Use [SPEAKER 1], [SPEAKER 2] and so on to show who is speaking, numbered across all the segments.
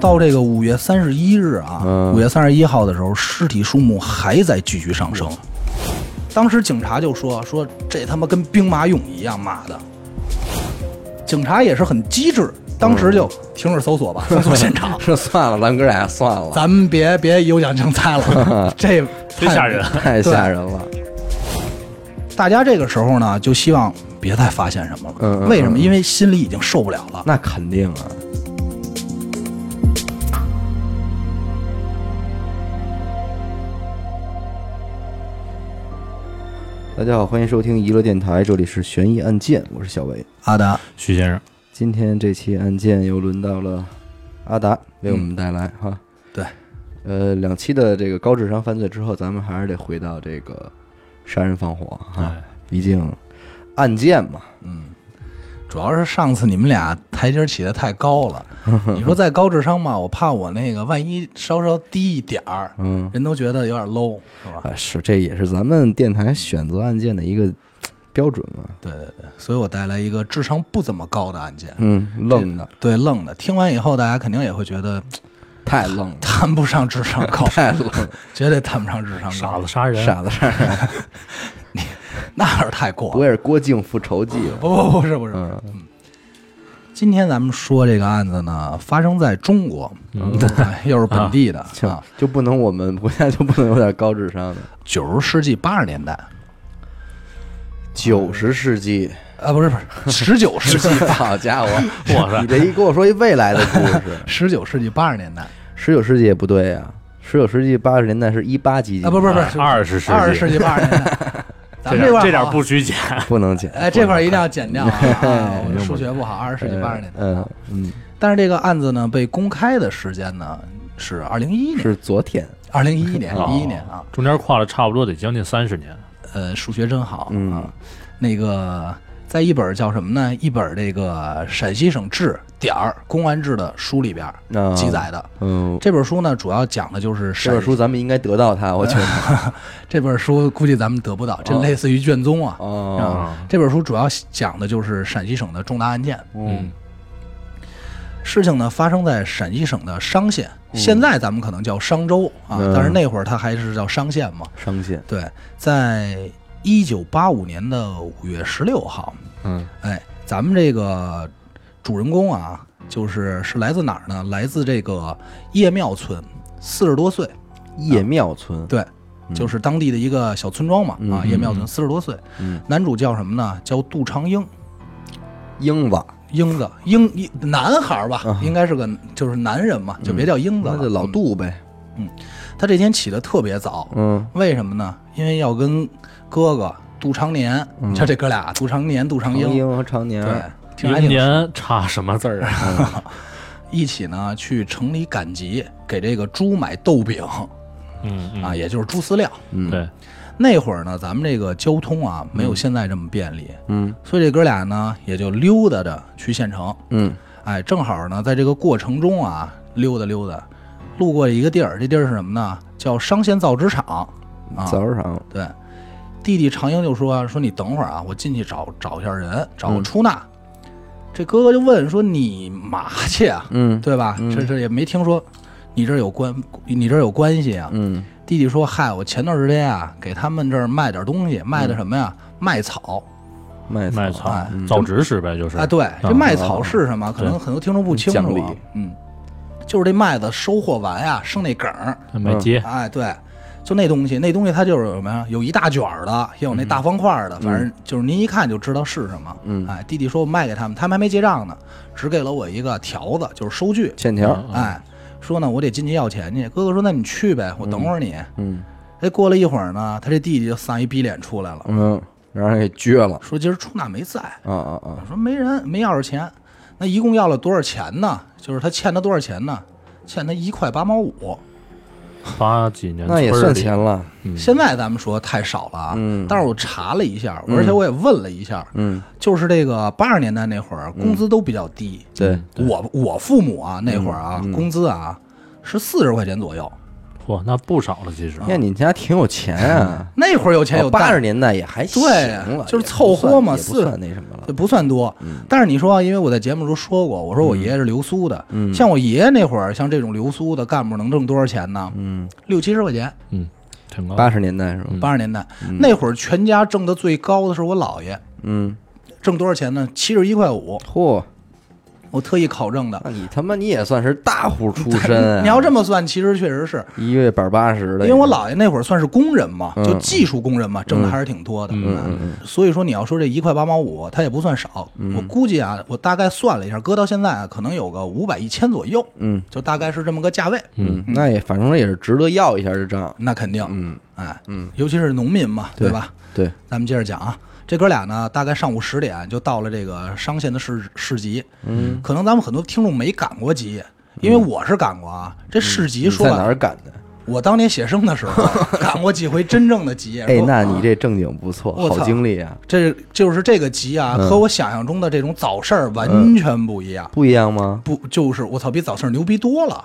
[SPEAKER 1] 到这个五月三十一日啊，
[SPEAKER 2] 嗯，
[SPEAKER 1] 五月三十一号的时候，尸体数目还在继续上升。当时警察就说：“说这他妈跟兵马俑一样，妈的！”警察也是很机智，当时就停止搜索吧，搜索现场
[SPEAKER 2] 嗯 这算了，咱哥俩算了，
[SPEAKER 1] 咱们别别有奖竞猜 了，这
[SPEAKER 3] 真
[SPEAKER 1] 太
[SPEAKER 3] 吓人。
[SPEAKER 2] 太吓人了。
[SPEAKER 1] 大家这个时候呢，就希望别再发现什么了。
[SPEAKER 2] 嗯嗯
[SPEAKER 1] 为什么？
[SPEAKER 2] 嗯
[SPEAKER 1] 因为心里已经受不了了。
[SPEAKER 2] 那肯定啊，大家好，欢迎收听娱乐电台，这里是悬疑案件，我是小伟。
[SPEAKER 1] 阿达，
[SPEAKER 3] 徐先生，
[SPEAKER 2] 今天这期案件又轮到了阿达为我们带来、哈。
[SPEAKER 1] 嗯对，
[SPEAKER 2] 呃，两期的这个高智商犯罪之后，咱们还是得回到这个杀人放火哈，
[SPEAKER 3] 哎
[SPEAKER 2] 毕竟案件嘛，
[SPEAKER 1] 主要是上次你们俩台阶起得太高 了，你说再高智商吧，我怕我那个万一稍稍低一点儿，
[SPEAKER 2] 嗯，
[SPEAKER 1] 人都觉得有点 low，是吧？
[SPEAKER 2] 啊，是，这也是咱们电台选择案件的一个标准嘛。
[SPEAKER 1] 对对对，所以我带来一个智商不怎么高的案件，
[SPEAKER 2] 嗯，愣的，
[SPEAKER 1] 对愣的。听完以后，大家肯定也会觉得
[SPEAKER 2] 太愣了，
[SPEAKER 1] 谈不上智商 高，
[SPEAKER 2] 太愣了，
[SPEAKER 1] 绝对谈不上智商
[SPEAKER 3] 傻
[SPEAKER 1] 高
[SPEAKER 3] 子，杀人，
[SPEAKER 2] 傻子事儿。
[SPEAKER 1] 那是太过
[SPEAKER 2] 不
[SPEAKER 1] 了。
[SPEAKER 2] 会是郭靖复仇记吧？
[SPEAKER 1] 不不不是不是，
[SPEAKER 2] 嗯
[SPEAKER 1] 今天咱们说这个案子呢，发生在中国，哎 又是本 地的啊，
[SPEAKER 2] 嗯就不能我们 国家就不能有点高智商的？
[SPEAKER 1] 九十世纪八十年代，
[SPEAKER 2] 九十世 纪，
[SPEAKER 1] 啊不是不是，十九世纪，
[SPEAKER 2] 好家伙，
[SPEAKER 3] 哇塞
[SPEAKER 2] 你这一 跟我说一未来的故事
[SPEAKER 1] 十九世纪八十年代
[SPEAKER 2] 十九世纪也不对呀、十九世纪八十年代是一八几几
[SPEAKER 1] 啊，不不不，
[SPEAKER 3] 二十世纪
[SPEAKER 1] 二十世纪八十年代，咱们
[SPEAKER 3] 这点
[SPEAKER 1] 块儿
[SPEAKER 3] 这点
[SPEAKER 1] 好啊
[SPEAKER 3] 不虚假。
[SPEAKER 2] 不能减，
[SPEAKER 1] 哎，这块儿一定要剪掉啊！啊我这数学不好，二十世纪八十年代。
[SPEAKER 2] 嗯嗯，
[SPEAKER 1] 但是这个案子呢，被公开的时间呢是二零一一年，
[SPEAKER 2] 是昨天，
[SPEAKER 1] 二零一一年，
[SPEAKER 3] 哦
[SPEAKER 1] 一一年啊。
[SPEAKER 3] 中间跨了差不多得将近三十年，
[SPEAKER 1] 呃，数学真好
[SPEAKER 2] 嗯
[SPEAKER 1] 啊。那个在一本叫什么呢？一本这个陕西省志点儿公安志的书里边
[SPEAKER 2] 啊
[SPEAKER 1] 记载的。
[SPEAKER 2] 嗯，
[SPEAKER 1] 这本书呢，主要讲的就是
[SPEAKER 2] 这
[SPEAKER 1] 陕
[SPEAKER 2] 本书咱们应该得到它，我觉 得，
[SPEAKER 1] 这本书估计咱们得不到，这
[SPEAKER 2] 哦
[SPEAKER 1] 类似于卷宗啊。
[SPEAKER 2] 哦，
[SPEAKER 1] 啊，这本书主要讲的就是陕西省的重大案件。
[SPEAKER 2] 嗯
[SPEAKER 1] 事情呢发生在陕西省的商县，现在咱们可能叫商州啊，
[SPEAKER 2] 嗯
[SPEAKER 1] 但是那会儿它还是叫商县嘛。
[SPEAKER 2] 上线，
[SPEAKER 1] 对，在一九八五年的五月十六号，
[SPEAKER 2] 嗯
[SPEAKER 1] 哎，咱们这个主人公啊，就是是来自哪儿呢？来自这个叶庙村，四十多岁，
[SPEAKER 2] 叶庙村，
[SPEAKER 1] 对，就是当地的一个小村庄嘛，啊，
[SPEAKER 2] 嗯
[SPEAKER 1] 叶庙村四十多岁，
[SPEAKER 2] 嗯
[SPEAKER 1] 男主叫什么呢？叫杜长英，
[SPEAKER 2] 英娃，
[SPEAKER 1] 英子，英英男孩儿吧，
[SPEAKER 2] 啊
[SPEAKER 1] 应该是个就是男人嘛，就别叫英子
[SPEAKER 2] 那
[SPEAKER 1] 了。
[SPEAKER 2] 就老
[SPEAKER 1] 嗯，
[SPEAKER 2] 杜呗，
[SPEAKER 1] 他这天起得特别早，
[SPEAKER 2] 嗯
[SPEAKER 1] 为什么呢？因为要跟哥哥杜长年，
[SPEAKER 2] 嗯
[SPEAKER 1] 就这哥俩，杜长年、杜长
[SPEAKER 2] 长
[SPEAKER 1] 英，
[SPEAKER 2] 英哎和常年，
[SPEAKER 1] 对，挺还
[SPEAKER 3] 元
[SPEAKER 1] 挺
[SPEAKER 3] 年差什么字儿啊？
[SPEAKER 1] 一起呢去城里赶集，给这个猪买豆饼
[SPEAKER 3] 嗯嗯，
[SPEAKER 1] 啊，也就是猪饲料。
[SPEAKER 2] 嗯
[SPEAKER 3] 对，
[SPEAKER 1] 那会儿呢，咱们这个交通啊没有现在这么便利，
[SPEAKER 2] 嗯
[SPEAKER 1] 所以这哥俩呢也就溜达着去县城。
[SPEAKER 2] 嗯
[SPEAKER 1] 哎，正好呢，在这个过程中啊，溜达溜达，路过一个地儿，这地儿是什么呢？叫商县造纸厂啊。
[SPEAKER 2] 早上，
[SPEAKER 1] 对，弟弟长英就说：“说你等会儿啊，我进去找找一下人，找
[SPEAKER 2] 嗯
[SPEAKER 1] 个出纳。这哥哥就问说：“你嘛去啊？
[SPEAKER 2] 嗯
[SPEAKER 1] 对吧？这这也没听说你这儿有关，你这儿有关系啊？”
[SPEAKER 2] 嗯
[SPEAKER 1] 弟弟说：“嗨，我前段时间啊，给他们这儿卖点东西，卖的什么呀？卖草。
[SPEAKER 2] 卖
[SPEAKER 3] 卖
[SPEAKER 2] 草，
[SPEAKER 3] 草造纸使呗，就是
[SPEAKER 1] 啊，对，这
[SPEAKER 3] 嗯
[SPEAKER 1] 麦草是什么？可能很多听众不清
[SPEAKER 2] 讲
[SPEAKER 1] 楚
[SPEAKER 2] 理
[SPEAKER 1] 啊。嗯，就是这麦子收获完呀，剩那梗儿，
[SPEAKER 3] 买街
[SPEAKER 1] 哎，对，就那东西，那东西它就是有什么呀？有一大卷儿的，也有那大方块儿的，反正就是您一看就知道是什么。
[SPEAKER 2] 嗯
[SPEAKER 1] 哎，弟弟说我卖给他们，他们还没结账呢，只给了我一个条子，就是收据。
[SPEAKER 2] 欠条，
[SPEAKER 3] 嗯
[SPEAKER 1] 哎，说呢，我得进去要钱去。哥哥说，那你去呗，我等会儿你。
[SPEAKER 2] 嗯
[SPEAKER 1] 哎，过了一会儿呢，他这弟弟就丧一逼脸出来了，
[SPEAKER 2] 嗯，让人给撅了，
[SPEAKER 1] 说今儿出纳没在。
[SPEAKER 2] 啊啊
[SPEAKER 1] 我
[SPEAKER 2] 啊，
[SPEAKER 1] 说没人，没要着钱，那一共要了多少钱呢？就是他欠他多少钱呢？欠他一块八毛五。
[SPEAKER 3] 八几年
[SPEAKER 2] 嗯那也
[SPEAKER 3] 嗯村儿
[SPEAKER 2] 算
[SPEAKER 3] 里
[SPEAKER 2] 钱了，
[SPEAKER 1] 现在咱们说太少了啊，
[SPEAKER 2] 嗯
[SPEAKER 1] 但是我查了一下，而且我也问了一下，
[SPEAKER 2] 嗯，
[SPEAKER 1] 就是这个八十年代那会儿工资都比较低，
[SPEAKER 2] 对，嗯
[SPEAKER 1] 我我父母啊那会儿啊、工资啊是四十块钱左右，
[SPEAKER 3] 嚯，那不少了，其实
[SPEAKER 2] 那哎你家挺有钱啊，
[SPEAKER 1] 那会儿有钱有
[SPEAKER 2] 八
[SPEAKER 1] 蛋
[SPEAKER 2] 十年代也还行了，
[SPEAKER 1] 对就是
[SPEAKER 2] 也不
[SPEAKER 1] 凑合嘛
[SPEAKER 2] 算也不
[SPEAKER 1] 四
[SPEAKER 2] 算那什么了
[SPEAKER 1] 也。不算多，
[SPEAKER 2] 嗯
[SPEAKER 1] 但是你说啊，因为我在节目中说过，我说我爷爷是流苏的，
[SPEAKER 2] 嗯
[SPEAKER 1] 像我爷爷那会儿，像这种流苏的干部能挣多少钱呢？
[SPEAKER 2] 嗯，
[SPEAKER 1] 六七十块钱，
[SPEAKER 3] 嗯，挺高。
[SPEAKER 2] 八十年代是吧？
[SPEAKER 1] 八十年代、那会儿，全家挣的最高的是我姥爷，
[SPEAKER 2] 嗯，
[SPEAKER 1] 挣多少钱呢？七十一块五，
[SPEAKER 2] 嚯，
[SPEAKER 1] 我特意考证的。
[SPEAKER 2] 那你他妈你也算是大户出身 啊！
[SPEAKER 1] 你要这么算，其实确实是
[SPEAKER 2] 一个月板八十的，
[SPEAKER 1] 因为我姥爷那会儿算是工人嘛，
[SPEAKER 2] 嗯
[SPEAKER 1] 就技术工人嘛，挣的还是挺多的。所以说你要说这一块八毛五，他也不算少。
[SPEAKER 2] 嗯
[SPEAKER 1] 我估计啊，我大概算了一下，搁到现在啊，可能有个五百一千左右，
[SPEAKER 2] 嗯
[SPEAKER 1] 就大概是这么个价位。
[SPEAKER 2] 嗯，那也反正也是值得要一下这账。
[SPEAKER 1] 那肯定，
[SPEAKER 2] 嗯，
[SPEAKER 1] 哎，嗯，尤其是农民嘛，对吧？
[SPEAKER 2] 对，
[SPEAKER 1] 咱们接着讲啊，这哥俩呢，大概上午十点就到了这个商县的市市集。嗯，可能咱们很多听众没赶过集，因为我是赶过啊。这市集
[SPEAKER 2] 嗯你
[SPEAKER 1] 说
[SPEAKER 2] 在哪
[SPEAKER 1] 吧，
[SPEAKER 2] 儿赶的？
[SPEAKER 1] 我当年写生的时候啊 赶过几回真正的集。
[SPEAKER 2] 哎，
[SPEAKER 1] 说
[SPEAKER 2] 那你这正经不错，
[SPEAKER 1] 我操
[SPEAKER 2] 好经历啊，
[SPEAKER 1] 这就是这个集啊，
[SPEAKER 2] 嗯
[SPEAKER 1] 和我想象中的这种早市儿完全不一样。
[SPEAKER 2] 不一样吗？
[SPEAKER 1] 不，就是我操，比早市儿牛逼多了。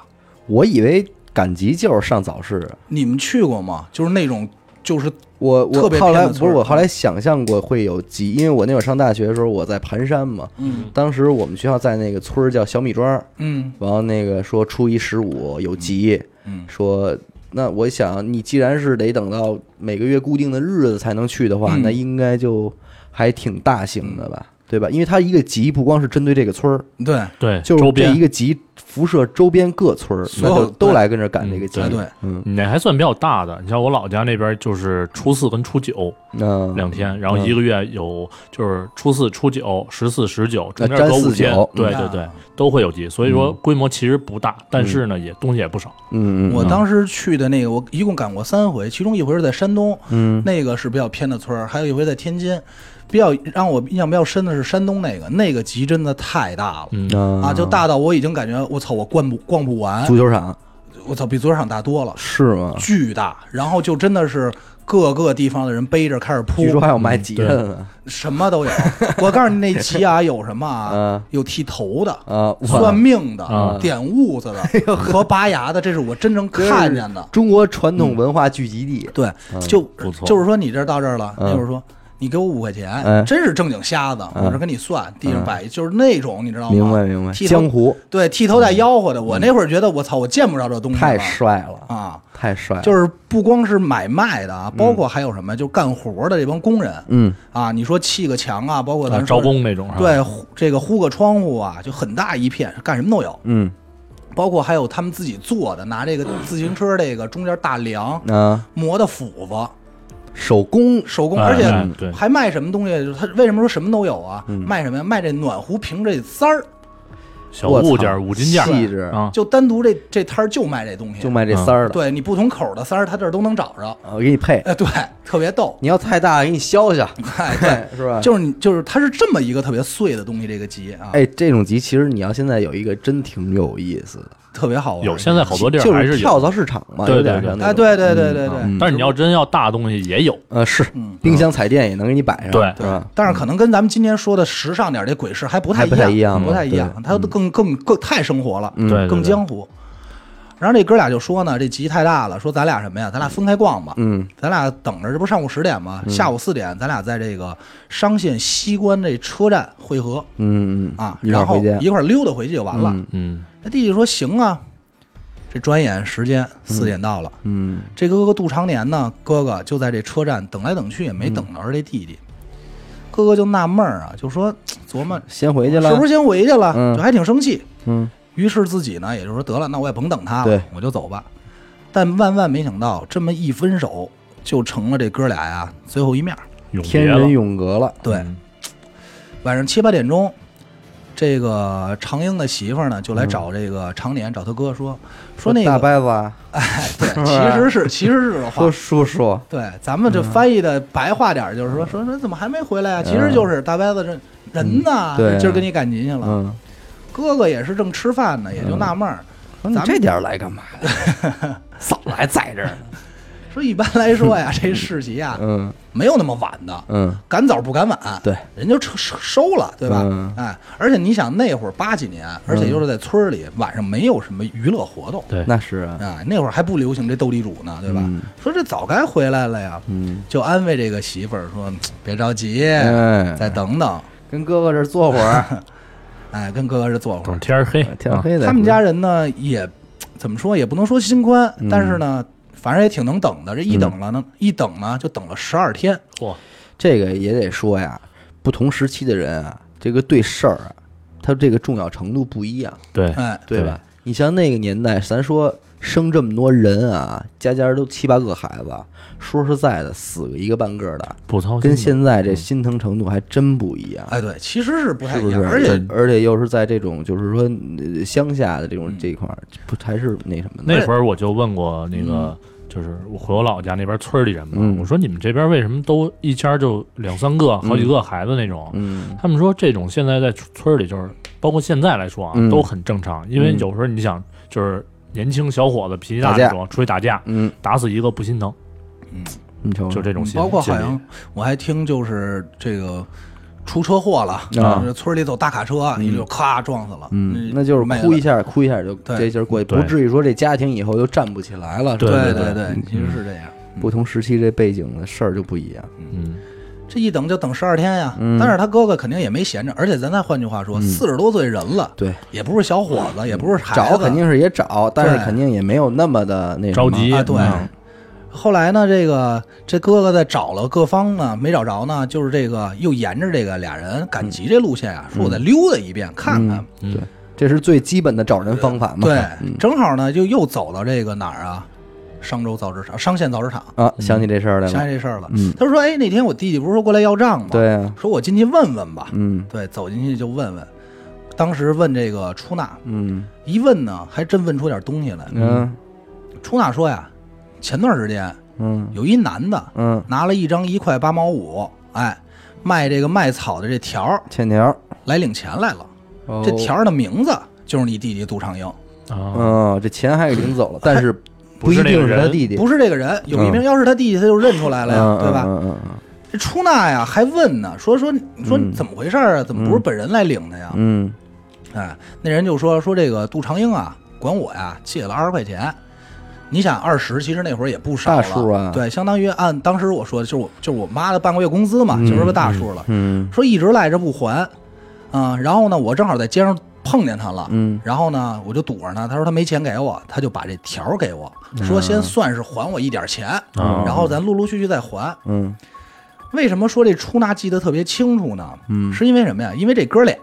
[SPEAKER 2] 我以为赶集就是上早市啊，
[SPEAKER 1] 你们去过吗？就是那种，就是
[SPEAKER 2] 我
[SPEAKER 1] 特
[SPEAKER 2] 我
[SPEAKER 1] 别
[SPEAKER 2] 后
[SPEAKER 1] 偏
[SPEAKER 2] 来
[SPEAKER 1] 的
[SPEAKER 2] 不
[SPEAKER 1] 村
[SPEAKER 2] 是
[SPEAKER 1] 儿
[SPEAKER 2] 我后来想象过会有集，因为我那会儿上大学的时候我在盘山嘛，
[SPEAKER 1] 嗯
[SPEAKER 2] 当时我们学校在那个村儿叫小米庄儿，
[SPEAKER 1] 嗯
[SPEAKER 2] 然后那个说初一十五有集，
[SPEAKER 1] 嗯
[SPEAKER 2] 说那我想你既然是得等到每个月固定的日子才能去的话，
[SPEAKER 1] 嗯
[SPEAKER 2] 那应该就还挺大型的吧，对吧？因为它一个集不光是针对这个村儿，
[SPEAKER 1] 对。哎
[SPEAKER 3] 对，
[SPEAKER 2] 就
[SPEAKER 3] 周
[SPEAKER 2] 是这
[SPEAKER 3] 边
[SPEAKER 2] 一个集辐射周边各村儿，
[SPEAKER 1] 所
[SPEAKER 2] 那
[SPEAKER 1] 有
[SPEAKER 2] 就都
[SPEAKER 1] 对
[SPEAKER 2] 来跟这儿赶这个集
[SPEAKER 1] 哎，对，
[SPEAKER 2] 嗯，
[SPEAKER 3] 你那还算比较大的，你像我老家那边就是初四跟初九
[SPEAKER 2] 那
[SPEAKER 3] 两天，然后
[SPEAKER 2] 嗯
[SPEAKER 3] 一个月有就是初四、初九、十四、十九，中间
[SPEAKER 2] 占
[SPEAKER 3] 隔五
[SPEAKER 2] 呃四
[SPEAKER 3] 天
[SPEAKER 2] 九，啊嗯
[SPEAKER 3] 对
[SPEAKER 1] 嗯
[SPEAKER 3] 对对，都会有集，所以说规模其实不大，但是呢也东西也不少。
[SPEAKER 2] 嗯嗯
[SPEAKER 1] 我当时去的那个，我一共赶过三回，其中一回是在山东，
[SPEAKER 2] 嗯
[SPEAKER 1] 那个是比较偏的村儿，还有一回在天津。比较让我印象比较深的是山东那个，那个集真的太大了、
[SPEAKER 3] 嗯
[SPEAKER 2] 嗯
[SPEAKER 1] 啊，就大到我已经感觉我操，我逛不逛不完，
[SPEAKER 2] 足球啊场
[SPEAKER 1] 我操，比足球场大多了，
[SPEAKER 2] 是吗？
[SPEAKER 1] 巨大。然后就真的是各个地方的人背着开始
[SPEAKER 2] 据
[SPEAKER 1] 扑，
[SPEAKER 2] 说还有卖集的呢。
[SPEAKER 1] 什么都有。我告诉你，那集啊有什么啊
[SPEAKER 2] 嗯？
[SPEAKER 1] 有剃头的。
[SPEAKER 2] 啊，哎我
[SPEAKER 1] 算命的、
[SPEAKER 3] 啊
[SPEAKER 1] 点痦子的和拔牙的，这是我真正看见的。
[SPEAKER 2] 中国传
[SPEAKER 1] 嗯
[SPEAKER 2] 统文化聚集地，
[SPEAKER 1] 对，就
[SPEAKER 3] 不错
[SPEAKER 1] 就是说你这儿到这儿了，
[SPEAKER 2] 嗯
[SPEAKER 1] 那会儿说你给我五块
[SPEAKER 2] 哎
[SPEAKER 1] 钱，
[SPEAKER 2] 嗯
[SPEAKER 1] 真是正经瞎子，我这跟你算，地上摆一就是那种，你知道吗？
[SPEAKER 2] 明白明白，
[SPEAKER 1] 剃
[SPEAKER 2] 江
[SPEAKER 1] 头
[SPEAKER 2] 湖嗯
[SPEAKER 1] 对剃头带吆喝的，我那会儿觉得我操，我见不着这东西
[SPEAKER 2] 太哎
[SPEAKER 1] 了
[SPEAKER 2] 帅了，
[SPEAKER 1] 嗯啊！
[SPEAKER 2] 太帅了，
[SPEAKER 1] 就是是不光是买卖的啊，包括还有什么，就干活的这帮工人
[SPEAKER 2] 嗯
[SPEAKER 1] 啊，你说砌个墙啊，包括咱
[SPEAKER 3] 啊
[SPEAKER 1] 说
[SPEAKER 3] 招工那种是吧，
[SPEAKER 1] 对呼这个糊个窗户啊，就很大一片，干什么都有。
[SPEAKER 2] 嗯
[SPEAKER 1] 包括还有他们自己做的，拿这个自行车这个中间大梁
[SPEAKER 2] 啊，
[SPEAKER 1] 磨的斧子，
[SPEAKER 2] 手工
[SPEAKER 1] 手工，
[SPEAKER 3] 哎
[SPEAKER 1] 而
[SPEAKER 3] 哎
[SPEAKER 1] 且
[SPEAKER 3] 对
[SPEAKER 1] 还卖什么东西？就是他为什么说什么都有啊？卖什么呀？卖这暖壶瓶这塞儿，
[SPEAKER 3] 小
[SPEAKER 2] 我操
[SPEAKER 3] 物件儿、五金件儿，
[SPEAKER 2] 细致
[SPEAKER 3] 啊，
[SPEAKER 1] 就单独这这摊儿就卖这东西，
[SPEAKER 2] 就卖
[SPEAKER 3] 嗯
[SPEAKER 2] 这三儿的，
[SPEAKER 1] 对你不同口的塞儿，他这儿都能找着。
[SPEAKER 2] 啊我给你配，
[SPEAKER 1] 哎，对， 特别逗。
[SPEAKER 2] 你要太大给你削 削，
[SPEAKER 1] 哎，对，
[SPEAKER 2] 是吧？
[SPEAKER 1] 就是你就是它是这么一个特别碎的东西，这个集啊，
[SPEAKER 2] 哎，这种集其实你要现在有一个真挺有意思的，
[SPEAKER 1] 特别好玩。
[SPEAKER 3] 有现在好多地儿
[SPEAKER 2] 就
[SPEAKER 3] 还是
[SPEAKER 2] 跳
[SPEAKER 3] 有，
[SPEAKER 2] 蚤市场嘛，
[SPEAKER 3] 对
[SPEAKER 2] 有点
[SPEAKER 3] 对
[SPEAKER 2] 像那
[SPEAKER 1] 哎，
[SPEAKER 2] 种，
[SPEAKER 1] 对对对对对，
[SPEAKER 3] 但是你要真要大东西也有，
[SPEAKER 2] 呃是
[SPEAKER 1] 嗯，
[SPEAKER 2] 冰箱彩电也能给你摆上，
[SPEAKER 3] 对
[SPEAKER 2] 是吧？
[SPEAKER 1] 但是可能跟咱们今天说的时尚点儿这鬼市还不太
[SPEAKER 2] 啊还不太一样
[SPEAKER 1] 不太一样
[SPEAKER 2] 对，嗯
[SPEAKER 1] 它都更更更太生活了，
[SPEAKER 3] 对对，
[SPEAKER 1] 更
[SPEAKER 3] 对
[SPEAKER 1] 江湖。然后这哥俩就说呢，这集太大了，说咱俩什么呀？咱俩分开逛吧。
[SPEAKER 2] 嗯
[SPEAKER 1] 咱俩等着，这不是上午十点吗？下午四点，咱俩在这个商县西关这车站汇合
[SPEAKER 2] 嗯嗯
[SPEAKER 1] 啊，
[SPEAKER 2] 一块
[SPEAKER 1] 然
[SPEAKER 2] 儿
[SPEAKER 1] 后
[SPEAKER 2] 回家，
[SPEAKER 1] 一块儿溜达回去就完了。
[SPEAKER 2] 嗯
[SPEAKER 3] 嗯，
[SPEAKER 1] 那弟弟说行啊，这转眼时间四点到了，
[SPEAKER 2] 嗯
[SPEAKER 1] 这哥哥杜长年呢，哥哥就在这车站等来等去也没
[SPEAKER 2] 嗯
[SPEAKER 1] 等着这弟弟，哥哥就纳闷儿啊，就说琢磨
[SPEAKER 2] 先回去嗯了，
[SPEAKER 1] 是不是先回去了，
[SPEAKER 2] 嗯
[SPEAKER 1] 就还挺生气。
[SPEAKER 2] 嗯
[SPEAKER 1] 于是自己呢，也就说得了，那我也甭等他了
[SPEAKER 2] 对，
[SPEAKER 1] 我就走吧。但万万没想到，这么一分手，就成了这哥俩呀最后一面儿。
[SPEAKER 3] 永
[SPEAKER 2] 天
[SPEAKER 3] 别了
[SPEAKER 2] 人永隔了，
[SPEAKER 1] 对，
[SPEAKER 3] 嗯
[SPEAKER 1] 晚上七八点钟，这个长英的媳妇儿呢，就来找这个常年，找他哥说说那
[SPEAKER 2] 嗯大
[SPEAKER 1] 个，
[SPEAKER 2] 伯子啊，
[SPEAKER 1] 对，
[SPEAKER 2] 吧
[SPEAKER 1] 其实 是其实是个话
[SPEAKER 2] 说。叔叔，
[SPEAKER 1] 对，咱们
[SPEAKER 2] 嗯
[SPEAKER 1] 这翻译的白话点儿就是说，说说怎么还没回来啊？其实就是大伯子这人呢，
[SPEAKER 2] 嗯对啊
[SPEAKER 1] 今儿跟你赶集去了。
[SPEAKER 2] 嗯，
[SPEAKER 1] 哥哥也是正吃饭呢，也就纳闷儿，
[SPEAKER 2] 说你
[SPEAKER 1] 咱们
[SPEAKER 2] 这点儿来干嘛呀？嫂子还在这儿呢，
[SPEAKER 1] 说一般来说呀，这市集啊
[SPEAKER 2] 嗯
[SPEAKER 1] 没有那么晚的，
[SPEAKER 2] 嗯，
[SPEAKER 1] 赶早不赶晚，
[SPEAKER 2] 对，
[SPEAKER 1] 人就撤收收了，对吧
[SPEAKER 2] 嗯？
[SPEAKER 1] 哎，而且你想那会儿八几年，而且又是在村儿里，晚上没有什么娱乐活动，
[SPEAKER 3] 对，
[SPEAKER 2] 那是啊，
[SPEAKER 1] 啊，那会儿还不流行这斗地主呢，对吧
[SPEAKER 2] 嗯？
[SPEAKER 1] 说这早该回来了呀，
[SPEAKER 2] 嗯，
[SPEAKER 1] 就安慰这个媳妇儿说别着急，
[SPEAKER 2] 哎，
[SPEAKER 1] 再等等，
[SPEAKER 2] 跟哥哥这儿坐会 儿，
[SPEAKER 1] 哎，跟哥哥这坐会儿
[SPEAKER 3] 等。天儿黑，
[SPEAKER 2] 嗯天
[SPEAKER 3] 啊
[SPEAKER 2] 黑的。
[SPEAKER 1] 他们家人呢也怎么说也不能说心宽，
[SPEAKER 2] 嗯
[SPEAKER 1] 但是呢，反正也挺能等的。这一等了呢，一等呢就等了十二天，
[SPEAKER 3] 嚯，
[SPEAKER 2] 这个也得说呀，不同时期的人啊，这个对事儿啊，他这个重要程度不一样，
[SPEAKER 3] 对，
[SPEAKER 1] 哎，
[SPEAKER 2] 对吧？你像那个年代，咱说生这么多人啊，家家都七八个孩子，说实在的，死个一个半个的，
[SPEAKER 3] 不操心的
[SPEAKER 2] 跟现在这心疼程度还真不一样。
[SPEAKER 1] 哎，对，其实是不太
[SPEAKER 2] 是
[SPEAKER 1] 一
[SPEAKER 2] 不是
[SPEAKER 1] 样，？而且
[SPEAKER 2] 而且又是在这种就是说呃乡下的这种这一块儿，不还是那什么的？
[SPEAKER 3] 那会儿我就问过那个，就是我回我老家那边村儿里人嘛，
[SPEAKER 2] 嗯
[SPEAKER 3] 我说你们这边为什么都一家就两三个、好几个孩子那种？
[SPEAKER 2] 嗯
[SPEAKER 3] 他们说这种现在在村儿里就是，包括现在来说啊，
[SPEAKER 2] 嗯
[SPEAKER 3] 都很正常，因为有时候你想就是年轻小伙子脾气大
[SPEAKER 2] 打架
[SPEAKER 3] 那种出去打架，
[SPEAKER 2] 嗯，
[SPEAKER 3] 打死一个不心疼，
[SPEAKER 2] 你瞅瞅
[SPEAKER 3] 就这种心
[SPEAKER 1] 包括好
[SPEAKER 3] 心理
[SPEAKER 1] 像我还听就是这个。出车祸了，
[SPEAKER 2] 啊
[SPEAKER 1] 就是村里走大卡车，你就咔撞死了，
[SPEAKER 2] 嗯，那就是
[SPEAKER 1] 妹
[SPEAKER 2] 哭
[SPEAKER 1] 子
[SPEAKER 2] 一下，哭一下就
[SPEAKER 1] 对
[SPEAKER 2] 这劲儿过去，
[SPEAKER 3] 对
[SPEAKER 2] 不至于说这家庭以后就站不起来了。是吧嗯
[SPEAKER 3] 对
[SPEAKER 1] 对
[SPEAKER 3] 对
[SPEAKER 1] 对，其实是这样。
[SPEAKER 2] 不同时期这背景的事儿就不一样。
[SPEAKER 3] 嗯，
[SPEAKER 1] 这一等就等十二天呀，
[SPEAKER 2] 嗯
[SPEAKER 1] 但是他哥哥肯定也没闲着，而且咱再换句话说，四十多岁人了，
[SPEAKER 2] 对，
[SPEAKER 1] 也不是小伙子，也不是孩子，
[SPEAKER 2] 找肯定是也找，但是
[SPEAKER 1] 对
[SPEAKER 2] 肯定也没有那么的那什
[SPEAKER 3] 着
[SPEAKER 2] 么
[SPEAKER 3] 急
[SPEAKER 1] 啊，对。
[SPEAKER 3] 嗯
[SPEAKER 1] 后来呢，这个这哥哥在找了各方呢，没找着呢，就是这个又沿着这个俩人赶
[SPEAKER 2] 嗯
[SPEAKER 1] 集这路线啊，说我再溜达一遍看看。
[SPEAKER 3] 嗯
[SPEAKER 2] 对，这是最基本的找人方法嘛。嗯
[SPEAKER 1] 对，正好呢就又走到这个哪儿啊，商州造纸厂、商县造纸厂，
[SPEAKER 2] 啊，想起这事儿来
[SPEAKER 1] 想
[SPEAKER 2] 了。嗯
[SPEAKER 1] 起这事儿了。他说：“哎，那天我弟弟不是说过来要账吗？
[SPEAKER 2] 对啊，
[SPEAKER 1] 说我进去问问吧。
[SPEAKER 2] 嗯
[SPEAKER 1] 对，走进去就问问。当时问这个出纳，
[SPEAKER 2] 嗯
[SPEAKER 1] 一问呢，还真问出点东西来。
[SPEAKER 2] 嗯
[SPEAKER 1] 出纳说呀，前段时间
[SPEAKER 2] 嗯
[SPEAKER 1] 有一男的
[SPEAKER 2] 嗯，
[SPEAKER 1] 拿了一张一块八毛五，哎，卖这个卖草的这条儿
[SPEAKER 2] 欠条儿。
[SPEAKER 1] 来领钱来了。
[SPEAKER 2] 哦
[SPEAKER 1] 这条儿的名字就是你弟弟杜长英，
[SPEAKER 3] 啊，
[SPEAKER 2] 嗯，这钱还给领走了，但是
[SPEAKER 3] 不
[SPEAKER 2] 一
[SPEAKER 3] 是那个
[SPEAKER 2] 定是他
[SPEAKER 3] 人
[SPEAKER 2] 弟弟，
[SPEAKER 1] 不是这个人。有一名，要是他弟弟，他就认出来了呀，
[SPEAKER 2] 嗯
[SPEAKER 1] 对吧？
[SPEAKER 2] 嗯嗯嗯
[SPEAKER 1] 这出纳呀还问呢，说说你说你怎么回事儿啊？怎么不是本人来领的呀？
[SPEAKER 2] 嗯
[SPEAKER 1] 哎，那人就说说这个杜长英啊，管我呀借了二十块钱。你想二十，其实那会儿也不少了，
[SPEAKER 2] 大数啊
[SPEAKER 1] 对，相当于按当时我说的，就是我就是我妈的半个月工资嘛，就是个大数了。
[SPEAKER 2] 嗯
[SPEAKER 1] 说一直赖着不还，啊，然后呢，我正好在街上碰见他了，
[SPEAKER 2] 嗯
[SPEAKER 1] 然后呢，我就堵着呢，他说他没钱给我，他就把这条儿给我，说先算是还我一点钱，
[SPEAKER 3] 啊
[SPEAKER 1] 然后咱陆陆续续再还。
[SPEAKER 2] 嗯
[SPEAKER 1] 为什么说这出纳记得特别清楚呢？嗯，是因为什么呀？因为这哥俩，